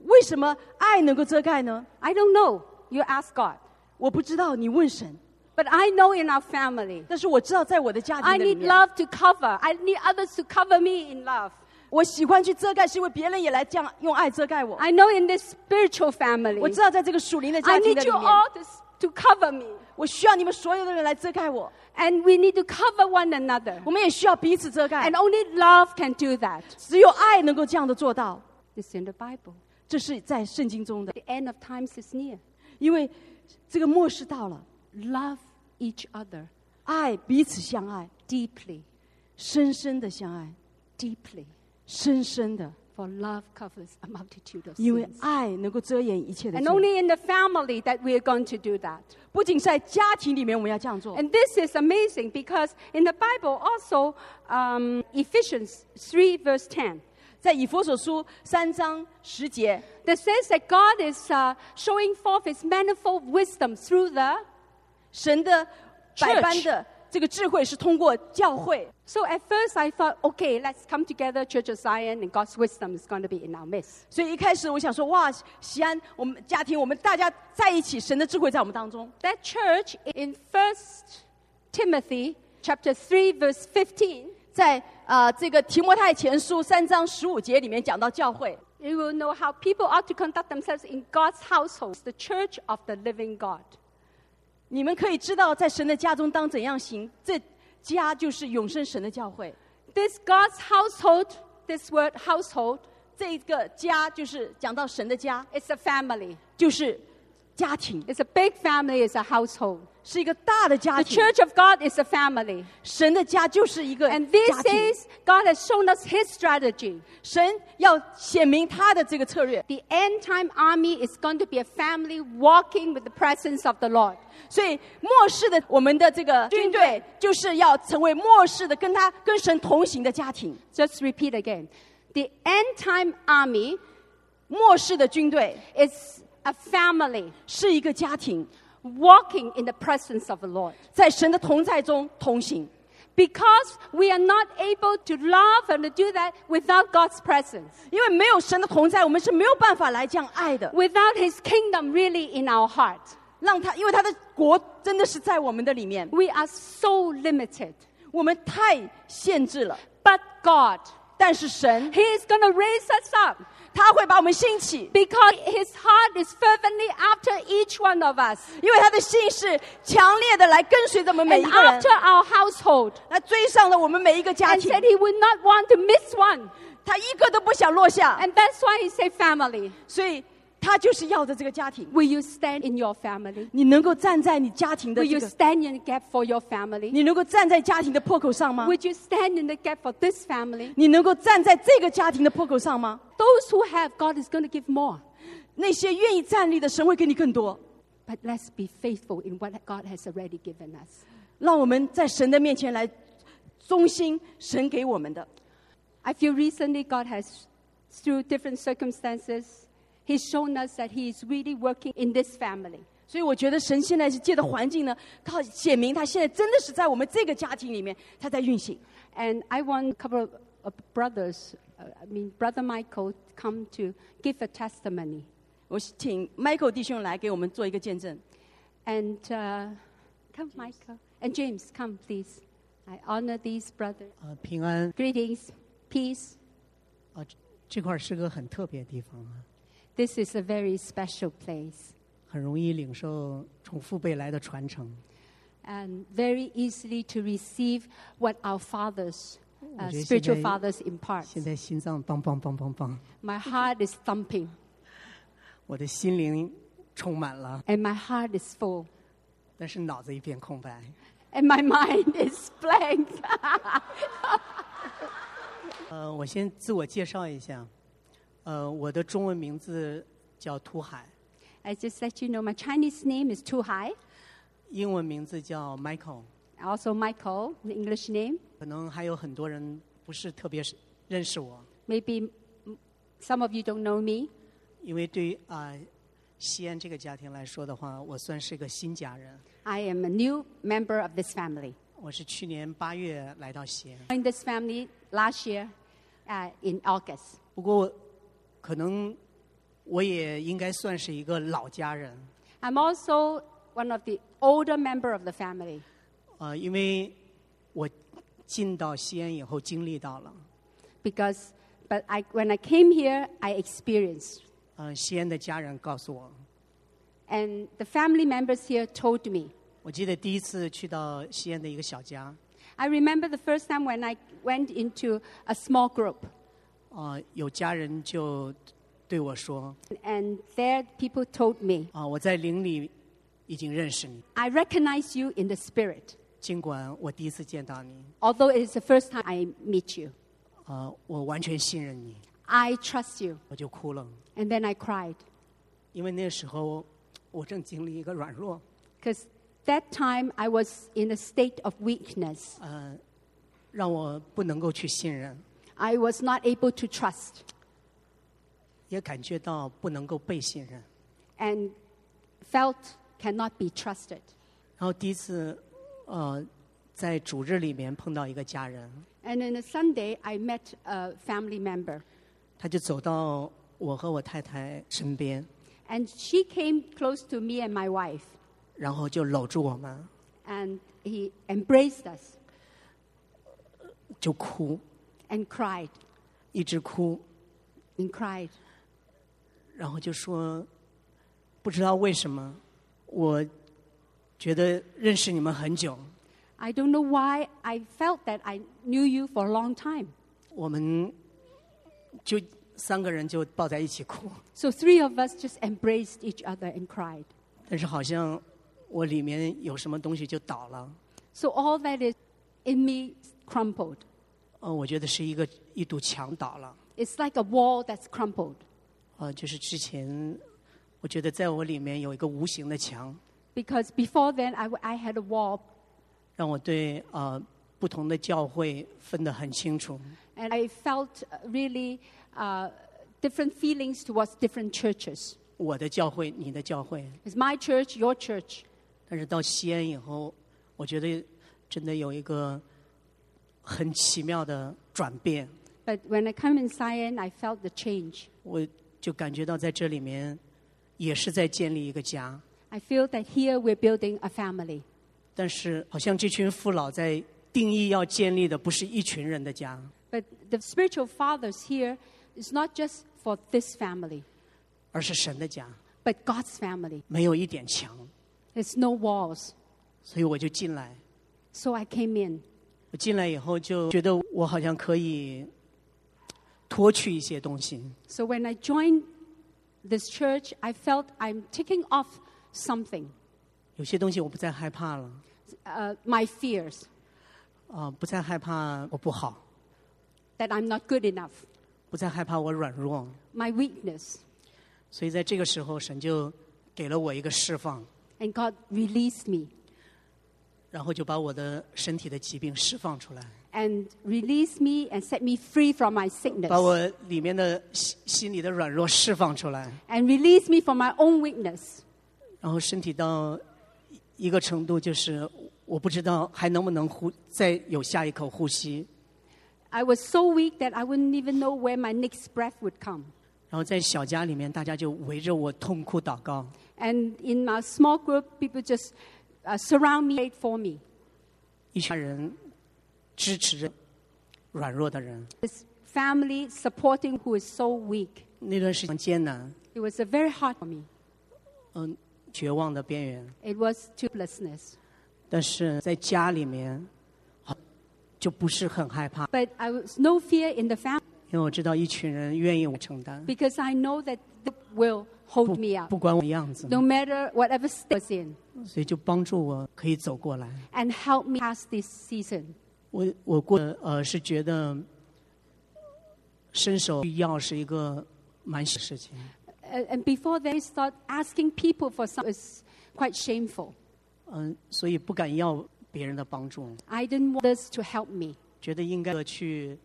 B: 为什么爱能够遮盖呢？
A: I don't know. You ask God.
B: 我不知道，你问神。
A: But I know in our family,
B: 但是我知道，在我的家庭
A: I
B: 的里
A: need
B: 面，
A: love to cover. I need others to cover me in love.
B: 我喜欢去遮盖，是因为别人也来这样用爱遮盖我。
A: I know in this spiritual
B: 我
A: family,
B: 知道，在这个属灵的
A: I
B: 家庭的
A: need
B: 里
A: you
B: 面，
A: all to, s- to cover me.
B: 我需要你们所有的人来遮盖我，
A: And we need to cover one another.
B: 我们也需要彼此遮盖
A: And。only love can do that.
B: 只有爱能够这样的做到，
A: It's in the Bible.
B: 这是在圣经中的，
A: The end of times is near.
B: 因为这个末世到了，
A: Love each other
B: 爱彼此相爱，
A: deeply,
B: 深深的相爱，
A: deeply.
B: 深深的，
A: For love covers a multitude of
B: 因为
A: sins.
B: 爱能够遮掩一切的
A: And
B: 罪。
A: only in the family that we are going to do that.
B: 不仅在家庭里面我们要这样做，
A: And this is amazing because in the Bible also, um, Ephesians 3 verse 10,
B: 在以佛所书三章十节，
A: that says that God is uh, showing forth his manifold wisdom through the...
B: 神的百般的这个智慧是通过教会。
A: So at first I thought, okay, let's come together, Church of Zion, and God's wisdom is going to be in our midst.
B: 所以一开始我想说，哇，西安，我们家庭，我们大家在一起，神的智慧在我们当中。
A: That church in 1 Timothy chapter 3 verse 15,
B: 在啊、呃这个提摩太前书三章十五节里面讲到教会，
A: you will know how people ought to conduct themselves in God's household, the church of the living God.
B: 你们可以知道在神的家中当怎样行，这家就是永生神的教会，
A: This God's household, this word household,
B: 这个家就是讲到神的家，
A: it's a family.
B: 就是家庭，
A: It's a big family, it's a household.
B: 是一个大的家
A: The
B: 庭。
A: church of God is a family.
B: 神的家就是一个
A: And
B: 家
A: these
B: 庭，
A: days, God has shown us His strategy.
B: 神要显明他的这个策略，
A: The end time army is going to be a family walking with the presence of the Lord.
B: 所以末世的我们的这个军队就是要成为末世的跟他跟神同行的家庭，
A: Just repeat again. The end time army
B: 末世的军队
A: is a family
B: 是一个家庭。
A: walking in the presence of the Lord.
B: 在神的同在中同行，
A: Because we are not able to love and to do that without God's presence,
B: 因为没有神的同在，我们是没有办法来这样爱的。
A: without His kingdom really in our heart.
B: 让他，因为他的国真的是在我们的里面，
A: We are so limited.
B: 我们太限制了。
A: But God,
B: 但是神
A: He is going to raise us up
B: 他会把我们兴起，
A: because His heart is fervently after each one of us
B: 因为他的心是强烈的来跟随着我们每
A: and
B: 一个人
A: after，our household.
B: 来追上了我们每一个家
A: And
B: 庭
A: said，He would not want to miss one.
B: 他一个都不想落下，
A: And that's why He said, family.
B: 所以他就是要着这个家庭。
A: Will you stand in your family?
B: 你能够站在你家庭的
A: Will
B: 这
A: you
B: 个，
A: stand in the gap for your family?
B: 你能够站在家庭的破口上吗？
A: Would you stand in the gap for this family?
B: 你能够站在这个家庭的破口上吗？
A: Those who have, God is going to give more.
B: 那些愿意站立的，神会给你更多。
A: But let's be faithful in what God has already given us.
B: 让我们在神的面前来忠心神给我们的。
A: I feel recently God has, through different circumstances, He's shown us that He is really working in this family.
B: 所以我觉得神现在是借着环境呢，他显明他现在真的是在我们这个家庭里面，他在运行。
A: And I want a couple of of brothers, uh, I mean, Brother Michael, come to give a testimony.
B: 我请 Michael 弟兄来给我们做一个见证。
A: And uh, come, Michael. And James, come, please. I honor these brothers.
C: 呃，平安
A: Greetings, peace.
C: 啊、这这块儿是个很特别的地方啊，
A: This is a very special place
C: 很容易领受从父辈来的传承。
A: and very easily to receive what our fathers, uh,
C: 我觉得现在-
A: spiritual fathers impart.
C: 现在心脏梆梆梆梆梆，
A: My heart is thumping
C: 我的心灵充满了，
A: and my heart is full
C: 但是脑子一片空白。
A: and my mind is blank.
C: 呃，我先自我介绍一下，呃，我的中文名字叫涂海，
A: I just let you know my Chinese name is too high.
C: 英文名字叫 Michael。
A: Also, Michael, the English name.
C: 可能还有很多人不是特别认识我，
A: Maybe mm, some of you don't know me.
C: 因为对于啊、呃西安这个家庭来说的话，我算是个新家人。
A: I am a new member of this family.
C: 我是去年八月来到西安，
A: Joined this family last year uh, in August.
C: 不过我可能我也应该算是一个老家人，
A: I'm also one of the older member of the family
C: 呃，因为我进到西安以后经历到了，
A: because, but I, when I came here, I experienced,
C: 呃，西安的家人告诉我，
A: and the family members here told me.
C: 我记得第一次去到西安的一个小家，
A: I remember the first time when I went into a small group,
C: 呃，有家人就对我说，
A: and there people told me,
C: 啊、我在邻里已经认识你，
A: I recognize you in the spirit,
C: 尽管我第一次见到你，
A: although it is the first time I meet you.
C: 呃，我完全信任你，
A: I trust you.
C: 我就哭了，
A: And then I cried
C: 因为那时候我正经历一个软弱。
A: because that time I was in a state of weakness.
C: 呃，让我不能够去信任，
A: I was not able to trust.
C: 也感觉到不能够被信任。
A: and felt cannot be trusted.
C: 然后第一次，呃，在主日里面碰到一个家人，
A: And on a Sunday, I met a family member,
C: 他就走到我和我太太身边，
A: and she came close to me and my wife,
C: 然后就搂住我们，
A: and he embraced us
C: 就哭，
A: and cried
C: 一直哭，
A: and cried.
C: 然后就说，不知道为什么，我觉得认识你们很久，
A: I don't know why I felt that I knew you for a long time.
C: 我们就三个人就抱在一起哭。
A: So three of us just embraced each other and cried.
C: 但是好像我里面有什么东西就倒了。
A: So all that is in me crumpled.
C: 呃，我觉得是一个一堵墙倒了。
A: It's like a wall that's crumpled
C: 呃，就是之前我觉得在我里面有一个无形的墙，
A: because before then I, w- I had a wall
C: 让我对呃不同的教会分得很清楚。
A: And I felt uh, really uh, different feelings towards different churches.
C: 我的教会，你的教会。
A: It's my church, your church.
C: 但是到西安以后，我觉得真的有一个很奇妙的转变。
A: But when I come in Sion, I felt the change.
C: 我就感觉到在这里面也是在建立一个家。
A: I feel that here we're building a family.
C: 但是好像这群父老在定义要建立的不是一群人的家，
A: But the spiritual fathers here is not just for this family,
C: 而是神的家，
A: but God's family.
C: 没有一点墙，
A: There's no walls.
C: 所以我就进来。
A: So I came in.
C: 我进来以后就觉得我好像可以脱去一些东西，
A: So when I joined this church, I felt I'm taking off something,
C: 有些东西我不再害怕了，
A: uh, my fears
C: 啊、不再害怕我不好，
A: that I'm not good enough,
C: 不再害怕我软弱，
A: my weakness.
C: 所以在这个时候，神就给了我一个释放，
A: And God released me
C: 然后就把我的身体的疾病释放出来，
A: and released me and set me free from my sickness
C: 把我里面的心心里的软弱释放出来，
A: and released me from my own weakness.
C: 然后身体到一个程度，就是我不知道还能不能呼再有下一口呼吸。
A: I was so weak that I wouldn't even know where my next breath would come.
C: 然后在小家里面，大家就围着我痛哭祷告。
A: And in my small group, people just uh, surround me, prayed for me.
C: 一群人支持着软弱的人。
A: This family supporting who is so weak.
C: 那段时间艰难，
A: It was a very hard for me.
C: 嗯，绝望的边缘。
A: It was hopelessness.
C: 但是在家里面，呃好就不是很害怕，
A: But I was no fear in the family
C: 因为我知道一群人愿意我承担，
A: because I know that they will
C: 不
A: hold me up,
C: 不管我的样子，
A: no matter whatever state I was in,
C: 所以就帮助我可以走过来。
A: and help me past this season.
C: 我我过得呃是觉得伸手去要是一个蛮小的事情，
A: And and before they start asking people for something, was quite shameful.
C: 嗯、所以不敢要别人的帮助，
A: I didn't want others to help me.
C: 觉得应该去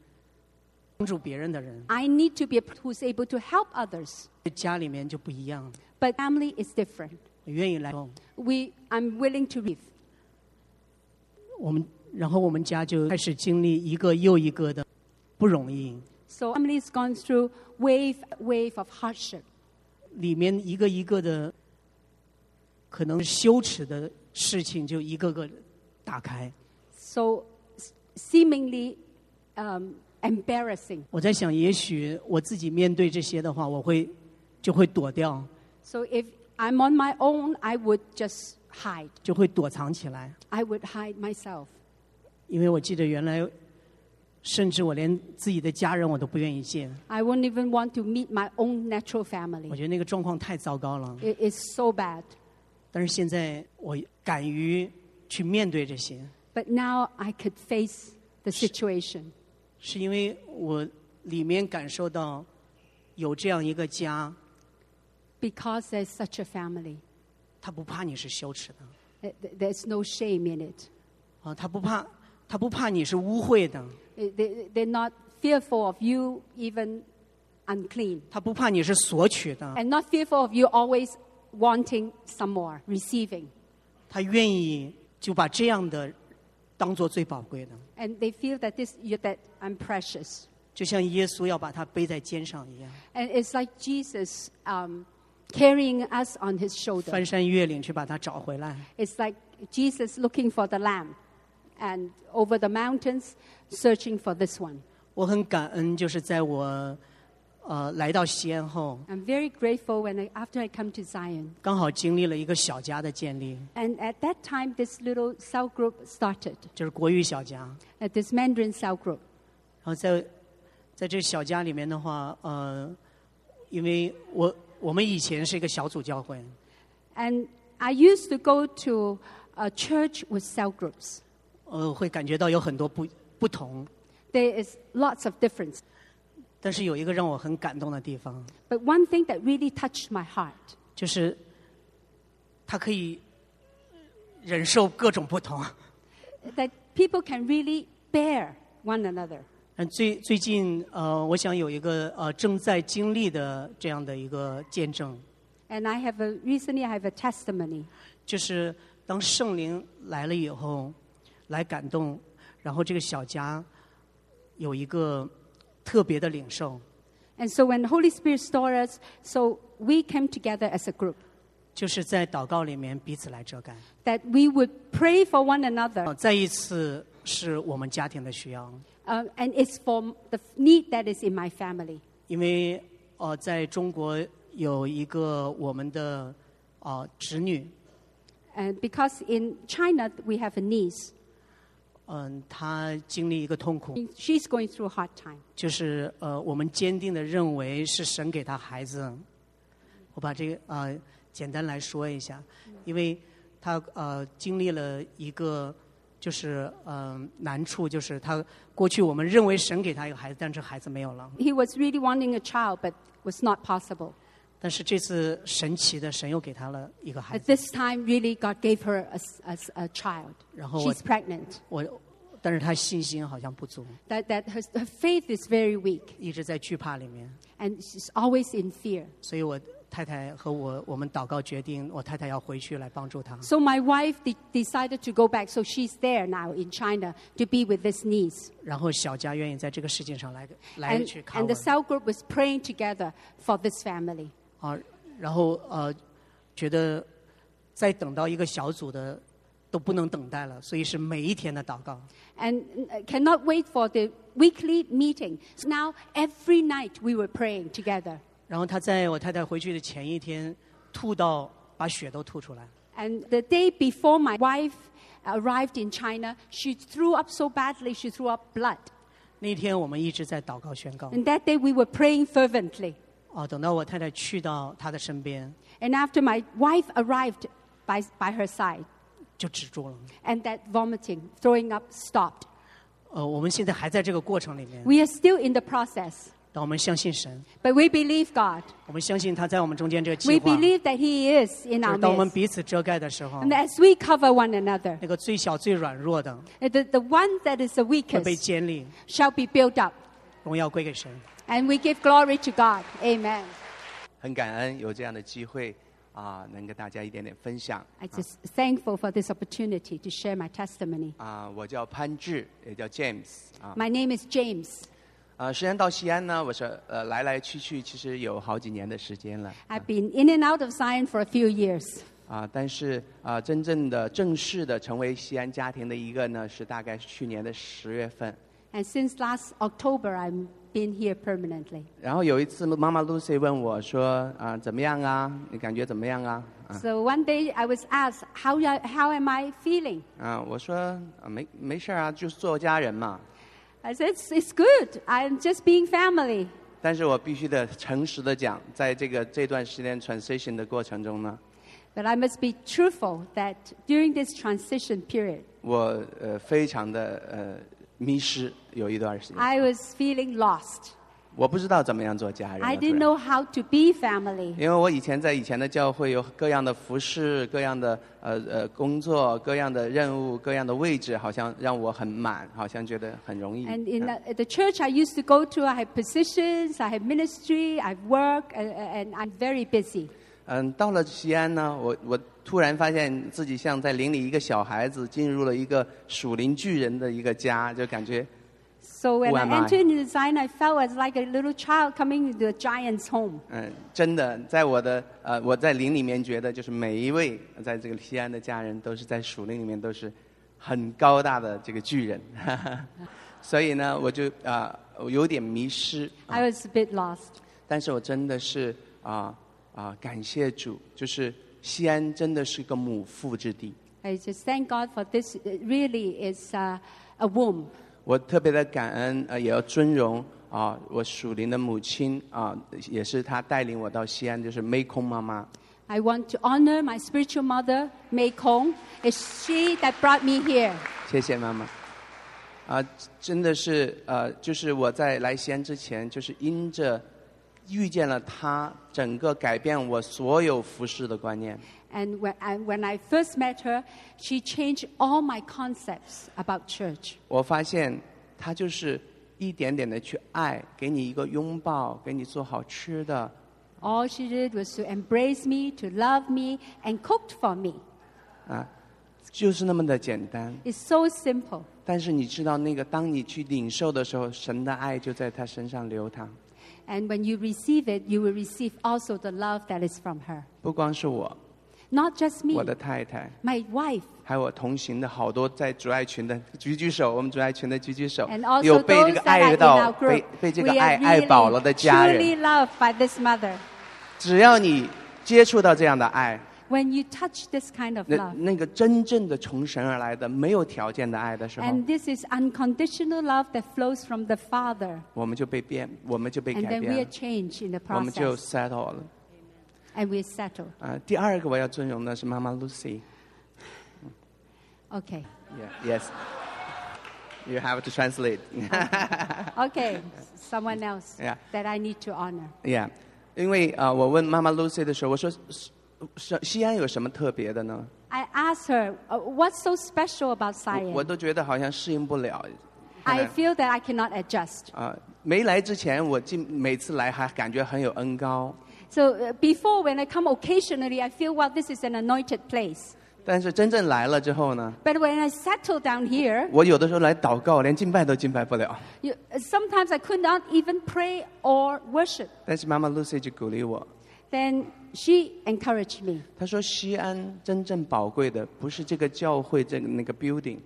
C: 帮助别人的人，
A: I need to be a person who's able to help others.
C: 在家里面就不一样，
A: But family is different.
C: 我愿意来帮。
A: We, I'm willing to leave.
C: 我们然后我们家就开始经历一个又一个的不容易，
A: So family's gone through wave wave of hardship.
C: 里面一个一个的可能羞耻的事情就一个个打开。
A: So s- seemingly um, embarrassing.
C: 我在想，也许我自己面对这些的话，我会就会躲掉，
A: So if I'm on my own, I would just hide.
C: 就会躲藏起来，
A: I would hide myself.
C: 因为我记得原来，甚至我连自己的家人我都不愿意见，
A: I wouldn't even want to meet my own natural
C: 我
A: family.
C: 觉得那个状况太糟糕了。
A: It is so bad.
C: 但是现在我敢于去面对这些，
A: But now I could face the situation
C: 是因为我里面感受到有这样一个家，
A: because there's such a family.
C: 他不怕你是羞耻的
A: Th- th- There's no shame in it.
C: 啊，他不怕，他不怕你是污秽的，
A: They- they- They're not fearful of you, even unclean.
C: 他不怕你是索取的，
A: and not fearful of you always wanting some more, receiving.
C: 他愿意就把这样的当做最宝贵的，
A: And they feel that this you that I'm precious.
C: 就像耶稣要把他背在肩上一样，
A: And it's like Jesus um, carrying us on his shoulder.
C: 翻山越岭去把他找回来。
A: It's like Jesus looking for the lamb and over the mountains searching for this one.
C: 我很感恩，就是在我呃来到西安后，
A: I'm very grateful when I, after I come to Zion.
C: 刚好经历了一个小家的建立，
A: And at that time, this little cell group started,
C: 就是国语小家。
A: uh, this Mandarin cell group.
C: 然后在在这小家里面的话，呃，因为我我们以前是一个小组教会，
A: And I used to go to a church with cell groups.
C: 呃，会感觉到有很多不不同。
A: There is lots of difference.
C: 但是有一个让我很感动的地方，
A: But one thing that really touched my heart
C: 就是他可以忍受各种不同。啊
A: that people can really bear one another.
C: 嗯，最最近呃，我想有一个呃正在经历的这样的一个见证，
A: And I have a recently I have a testimony
C: 就是当圣灵来了以后，来感动，然后这个小家有一个特别的领受，
A: And so when the Holy Spirit stored us, so we came together as a group
C: 就是在祷告里面彼此来遮盖。
A: that we would pray for one another.
C: 呃，再一次是我们家庭的需要，
A: um, and it's for the need that is in my family.
C: 因为呃，在中国有一个我们的呃侄女，
A: And because in China we have a niece,
C: 嗯、她经历一个痛苦，
A: she's going through a hard time.
C: 就是呃，我们坚定的认为是神给她孩子。我把这个呃简单来说一下，因为她呃经历了一个就是呃难处，就是她过去我们认为神给她一个孩子，但是孩子没有了。
A: He was really wanting a child, but was not possible.
C: 但是这次神奇的，神又给她了一个孩
A: At
C: 子。
A: this time, really, God gave her a, s- a s- a child.
C: 然后我
A: She's pregnant.
C: 我，但是她信心好像不足，
A: That, that her, her faith is very weak,
C: 一直在惧怕里面。
A: and she's always in fear.
C: 所以我太太和我，我们祷告决定，我太太要回去来帮助她。
A: So my wife de- decided to go back. So she's there now in China to be with this niece.
C: 然后小家愿意在这个事情上来来
A: And,
C: 去看
A: and
C: 我
A: the cell group was praying together for this family.
C: 啊，然后呃，觉得再等到一个小组的都不能等待了，所以是每一天的祷告。
A: And uh, cannot wait for the weekly meeting. So now every night we were praying together.
C: 然后她在我太太回去的前一天吐到把血都吐出来，
A: And the day before my wife arrived in China, she threw up so badly, she threw up blood.
C: 那天我们一直在祷告宣告。
A: And that day we were praying fervently.
C: 哦，等到我太太去到她的身边，
A: And after my wife arrived by, by her side,
C: 就止住了。
A: and that vomiting, throwing up stopped.
C: 呃，我们现在还在这个过程里面，
A: We are still in the process,
C: 但我们相信神，
A: but we believe God.
C: 我们相信他在我们中间这个计
A: We
C: 划。
A: believe that He is in
C: 就
A: our
C: 是当我们
A: midst.
C: 彼此遮盖的时候，
A: And as we cover one another,
C: 那个最小最软弱的
A: the, the one that is the
C: 会被
A: weakest
C: 建立，
A: shall be built up.
C: 荣耀归给神。
A: And we give glory to God. Amen.
D: 很感恩有这样的机会啊，能跟大家一点点分享。
A: I'm just thankful for this opportunity to share my testimony.
D: 啊，我叫潘志，也叫 James 啊。
A: My name is James.
D: 啊，实际上到西安呢，我是呃来来去去，其实有好几年的时间了
A: I've been in and out of Zion for a few years.
D: 啊。但是啊，真正的正式的成为西安家庭的一个呢，是大概是去年的十月份。
A: And since last October, I've been here permanently.
D: 然后有一次，妈妈 Lucy 问我说：“啊，怎么样啊？你感觉怎么样啊？”啊
A: So one day I was asked, How, ya- how am I feeling?
D: 啊，我说啊没没事儿啊，就是做家人嘛。
A: I said, It's, it's good. I'm just being family.
D: 但是我必须得诚实的讲，在这个这段时间 transition 的过程中呢，
A: But I must be truthful that during this transition period,
D: 我呃非常的呃迷失，有一段时间，
A: I was feeling lost.
D: 我不知道怎么样做家人了。啊
A: I
D: 突然
A: didn't know how to be family.
D: 因为我以前在以前的教会有各样的服饰、各样的呃呃工作、各样的任务、各样的位置，好像让我很满，好像觉得很容易。
A: And in
D: 嗯
A: the, at the church I used to go to, I had positions, I had ministry, I work, and, and I'm very busy.
D: 嗯，到了西安呢，我我突然发现自己像在邻里一个小孩子进入了一个属灵巨人的一个家，就感觉
A: So when
D: Who
A: I
D: am I?
A: entered into design, I felt as like a little child coming into a giant's home.
D: 嗯，真的，在我的呃我在灵里面觉得，就是每一位在这个西安的家人，都是在属灵里面都是很高大的这个巨人， 所以呢，我就啊、我有点迷失，啊
A: I was a bit lost.
D: 但是我真的是啊啊、感谢主，就是西安真的是个母腹之地。
A: I just thank God for this. It really is uh, a womb.
D: 我特别的感恩，呃，也要尊荣啊，我属灵的母亲啊，也是她带领我到西安，就是梅空妈妈。
A: I want to honor my spiritual mother, Mei Kong. It's she that brought me here.
D: 谢谢妈妈。啊，真的是呃，就是我在来西安之前，就是因着遇见了她，整个改变我所有服饰的观念。
A: And when I, when I first met her, she changed all my concepts about church.
D: 我发现她就是一点点的去爱，给你一个拥抱，给你做好吃的，
A: All she did was to embrace me, to love me, and cooked for me.
D: 啊，就是那么的简单。
A: It's so simple.
D: 但是你知道，那个当你去领受的时候，神的爱就在他身上流淌。
A: And when you receive it, you will receive also the love that is from her.
D: 不光是我，
A: Not just me,
D: 我的太太，
A: my wife,
D: 还有我同行的好多在主爱群的举举手，我们主爱群的举举手
A: And，also
D: 有被这
A: those
D: 个
A: that are
D: 爱
A: in our
D: 到
A: group,
D: 被被这个
A: we
D: 爱
A: are
D: 爱
A: really
D: 饱了的家
A: truly
D: 人，
A: loved by this mother.
D: 只要你接触到这样的爱，
A: When you touch this kind of
D: 那
A: love,
D: 那个真正的从神而来的没有条件的爱的时候，
A: and this is unconditional love that flows from the Father,
D: 我们就被变，我们就被
A: and
D: 改
A: then we are
D: 变，
A: changed in the
D: 我们就
A: process,
D: settle 了。
A: and we are settled.
D: 啊、第二个我要尊荣的是妈妈 Lucy。
A: Okay.
D: Yeah, yes. You have to translate.
A: Okay. Someone else
D: Yeah.
A: that I need to honor.
D: Yeah，因为啊、呃我问妈妈 Lucy 的时候，我说是是西安有什么特别的呢？
A: I asked her, uh, "What's so special about
D: 我
A: Siam?"
D: 我都觉得好像适应不了。
A: I feel that I cannot adjust.
D: 啊、没来之前，我进每次来还感觉很有恩高，
A: So uh, before, when I come occasionally, I feel, "Well, this is an anointed place."
D: 但是真正来了之后呢，
A: But when I settle down here,
D: 我有的时候来祷告，连敬拜都敬拜不了。
A: you, uh, sometimes I could not even pray or worship.
D: 但是妈妈 Lucy 就鼓励我，
A: Then she encouraged me.
D: 她说：“西安真正宝贵的不是这个教会这个那个 building，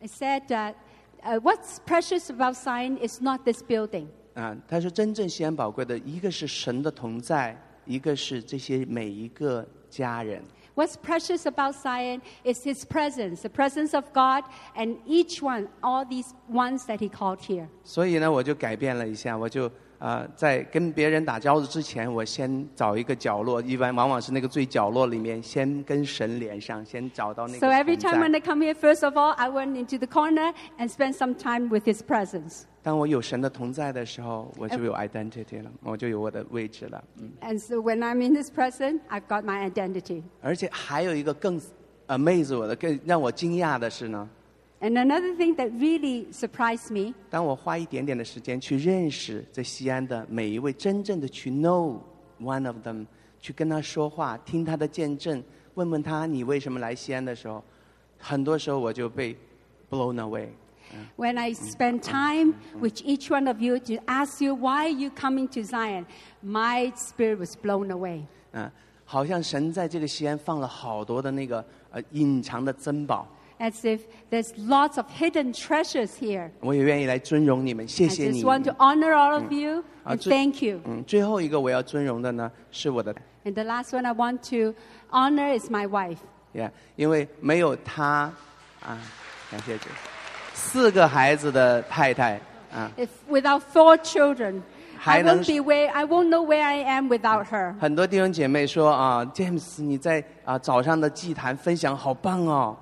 A: I said that uh, what's precious about Zion is not this building.
D: 啊，他说真正西安宝贵的，一个是神的同在，一个是这些每一个家人。
A: What's precious about Zion is his presence, the presence of God, and each one, all these ones that he called here.
D: 所以呢，我就改变了一下，我就呃，在跟别人打交道之前，我先找一个角落，一般往往是那个最角落里面，先跟神连上，先找到那个
A: So every
D: 同
A: time
D: 在
A: when I come here, first of all, I went into the corner and spent some time with his presence.
D: 当我有神的同在的时候，我就有 identity 了，我就有我的位置了。嗯
A: And so when I'm in his presence, I've got my identity.
D: 而且还有一个更 amaze 我的、更让我惊讶的是呢，
A: And another thing that really surprised me
D: 当我花一点点的时间去认识在西安的每一位，真正的去 know one of them，去跟他说话，听他的见证，问问他你为什么来西安的时候，很多时候我就被 blown away。
A: when I spend time with each one of you to ask you why you coming to Zion, my spirit was blown away.
D: 嗯，好像神在这个西安放了好多的那个呃隐藏的珍宝。
A: As if there's lots of hidden treasures here.
D: 我也愿意来尊荣你们，谢
A: I
D: 谢你
A: just
D: 们
A: want to。honor all of you
D: 啊，
A: and
D: 最
A: thank you.
D: 嗯，最后一个我要尊荣的呢，是我的
A: And the last one I want to honor is my wife.
D: Yeah，因为没有他，啊，感谢主，四个孩子的太太，啊，
A: If without four children, I
D: 还能
A: won't be where I won't know where I am without her.
D: 很多弟兄姐妹说啊，James 你在啊早上的祭坛分享好棒哦，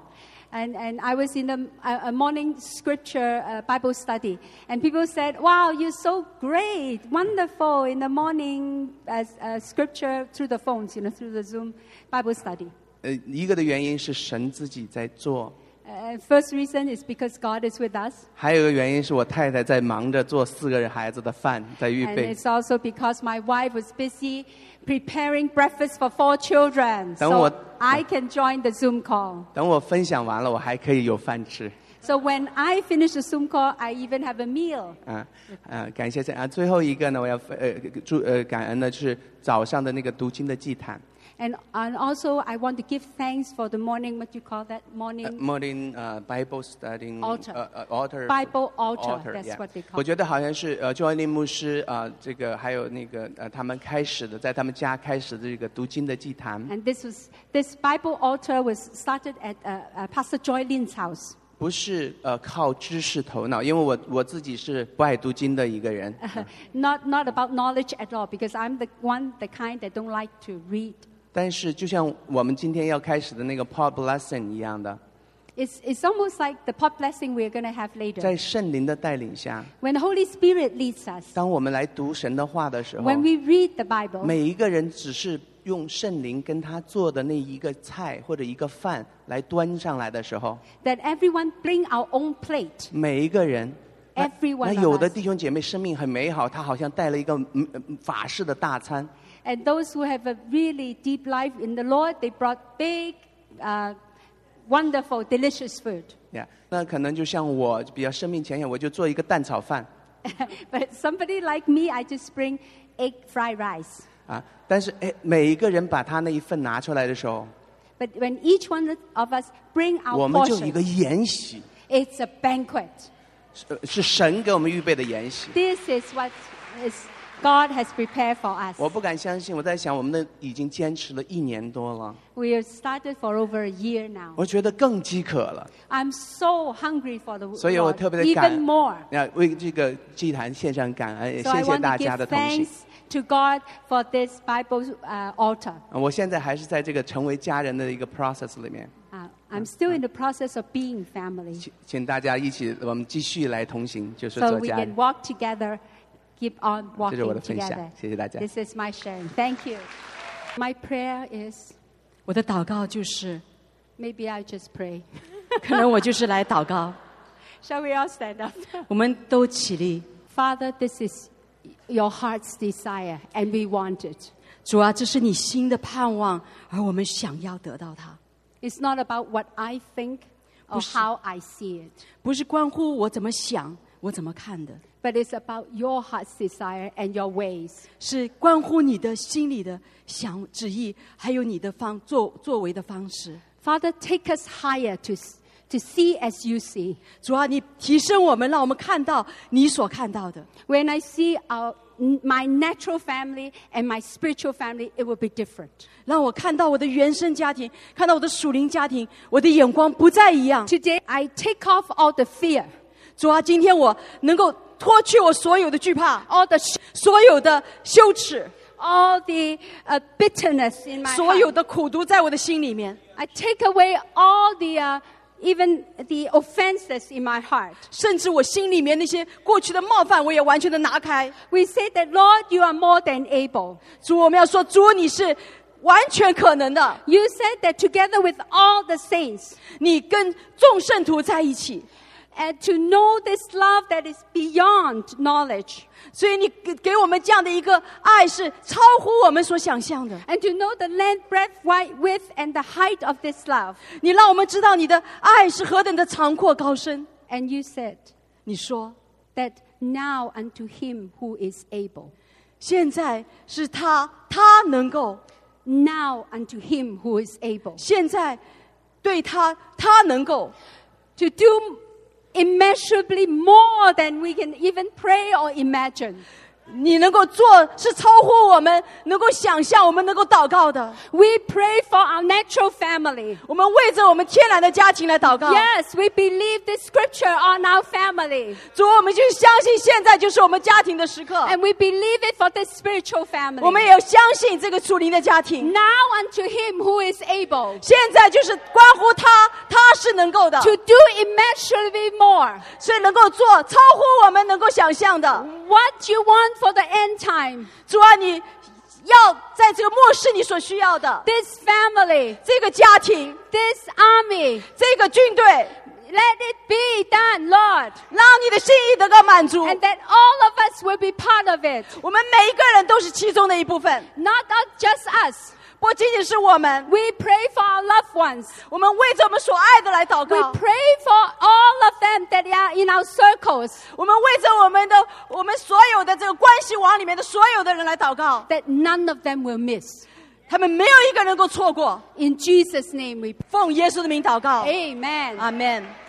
A: And, and I was in a, a morning scripture uh, Bible study, and people said, Wow, you're so great, wonderful in the morning as uh, scripture through the phones, you know, through the Zoom Bible study.
D: 呃，一个的原因是神自己在做，
A: Uh, first reason is because God is with us,
D: 还有一个原因是我太太在忙着做四个孩子的饭，在预
A: and
D: 备。
A: it's also because my wife was busy preparing breakfast for four children, so
D: 等我-
A: I can join the Zoom call.
D: 等我分享完了，我还可以有饭吃。
A: So when I finish the Zoom call, I even have a meal.
D: 啊啊，感谢神啊！最后一个呢，我要分呃祝呃感恩的是早上的那个读经的祭坛。
A: And, and also, I want to give thanks for the morning, what you call that morning?
D: morning uh, Bible studying
A: Altar.
D: uh, uh, altar
A: Bible altar, that's
D: yeah.
A: what they call it.
D: 我觉得好像是呃 Joanne 牧师啊、呃，这个还有那个呃，他们开始的，在他们家开始的这个读经的祭坛，
A: And this was this Bible altar was started at uh, uh, Pastor Joy Lin's house.
D: 不是呃靠知识头脑，因为我我自己是不爱读经的一个 人，
A: not not about knowledge at all, because I'm the one, the kind that don't like to read.
D: 但是就像我们今天要开始的那个 Pop Lesson 一样的，
A: It's it's almost like the pop blessing we're going to have later.
D: 在圣灵的带领下，
A: When the Holy Spirit leads us,
D: 当我们来读神的话的时候，
A: when we read the Bible,
D: 每一个人只是用圣灵跟他做的那一个菜或者一个饭来端上来的时候，
A: that everyone bring our own plate.
D: 每一个人。那
A: Every one
D: 那
A: of
D: 有的
A: us
D: 弟兄姐妹生命很美好，他好像带了一个嗯嗯法式的大餐，
A: And those who have a really deep life in the Lord, they brought big, uh, wonderful, delicious food.
D: 呀、那可能就像我比较生命浅显，我就做一个蛋炒饭
A: but somebody like me, I just bring egg fried rice.
D: 啊。但是哎，每一个人把他那一份拿出来的时候，
A: But when each one of us bring
D: 我
A: our
D: 们就有一个
A: portion,
D: 筵席，
A: it's a banquet.
D: 是是神给我们预备的筵席。
A: This is what is God has prepared for us.
D: 我不敢相信，我在想，我们的已经坚持了一年多了，
A: We have started for over a year now.
D: 我觉得更饥渴了，
A: I'm so hungry for the
D: 所以我
A: Lord,
D: 特别的感
A: even more.
D: 啊，为这个祭坛献上感恩，也
A: So I
D: 谢谢
A: want to
D: 大家的
A: give
D: 同行。
A: thanks to God for this Bible uh, altar.
D: 啊我现在还是在这个成为家人的一个 process 里面，
A: Uh, I'm still in the process of being family.
D: 请请大家一起，我们继续来同行，就是做
A: So we
D: 家人
A: can。walk together, keep on
D: 这是我
A: walking
D: 的分享
A: together.
D: 谢谢大家。
A: This is my sharing. Thank you. My prayer is
B: 我的祷告就是，
A: maybe I just pray.
B: 可能我就是来祷告。
A: Shall we all stand up?
B: 我们都起立，
A: Father, this is your heart's desire, and we want it.
B: 主啊，这是你心的盼望，而我们想要得到它，
A: It's not about what I think or
B: 不是。
A: how I see it,
B: 不是关乎我怎么想、我怎么看的，
A: but it's about your heart's desire and your ways.
B: 是关乎你的心里的想旨意，还有你的方作作为的方式。
A: Father, take us higher to, s- to see as you see.
B: 主啊，你提升我们，让我们看到你所看到的。
A: When I see our, my natural family and my spiritual family, it will be different.
B: 让我看到我的原生家庭，看到我的属灵家庭，我的眼光不再一样。
A: Today, I take off all the fear,
B: 主啊，今天我能够脱去我所有的惧怕，
A: all the, sh-
B: 所有的羞耻，
A: all the uh, bitterness in my
B: 所有
A: heart.
B: 的苦毒在我的心里面，
A: I take away all the, uh, even the offenses in my heart.
B: 甚至我心里面那些过去的冒犯，我也完全的拿开。
A: We say that, Lord, you are more than able.
B: 主，我们要说，主你是完全可能的，
A: You said that together with all the saints,
B: 你跟众圣徒在一起，
A: and to know this love that is beyond knowledge,
B: 所以你给给我们这样的一个爱是超乎我们所想象的。
A: and to know the length, breadth, wide, width, and the height of this love.
B: 你让我们知道你的爱是何等的长阔高深。
A: And you said
B: 你说，
A: that now unto him who is able,
B: 现在是他，他能够，
A: now unto him who is able
B: 现在对他，他能够，
A: to do immeasurably more than we can even pray or imagine.
B: 你能够做是超乎我们能够想象，我们能够祷告的。
A: We pray for our natural family.
B: 我们为着我们天然的家庭来祷告。
A: Yes, we believe this scripture on our family.
B: 主，我们就相信现在就是我们家庭的时刻，
A: And we believe it for this spiritual
B: 我们
A: family.
B: 也要相信这个属灵的家庭。
A: Now unto him who is able
B: 现在就是关乎他，他是能够的，
A: to do immeasurably more.
B: 是能够做超乎我们能够想象的。
A: What you want for the end time,
B: 主啊，你要在这个末世你所需要的
A: this family,
B: 这个家庭、
A: this army,
B: 这个军队，
A: let it be done, Lord.
B: 让你的心意得到满足。
A: And that all of us will be part of it.
B: 我们每一个人都是其中的一部分，
A: Not, not just us.
B: 不仅仅是我们。
A: We pray for our loved ones.
B: 我们为着我们所爱的来祷
A: We
B: 告，
A: pray for all of them that are in our circles.
B: 我们为着我们的我们所有的这个关系网里面的所有的人来祷告，
A: That none of them will miss.
B: 他们没有一个人能够错过。
A: In Jesus' name we pray. 哎
B: 奉耶稣的名祷告，
A: Amen.
B: 阿门。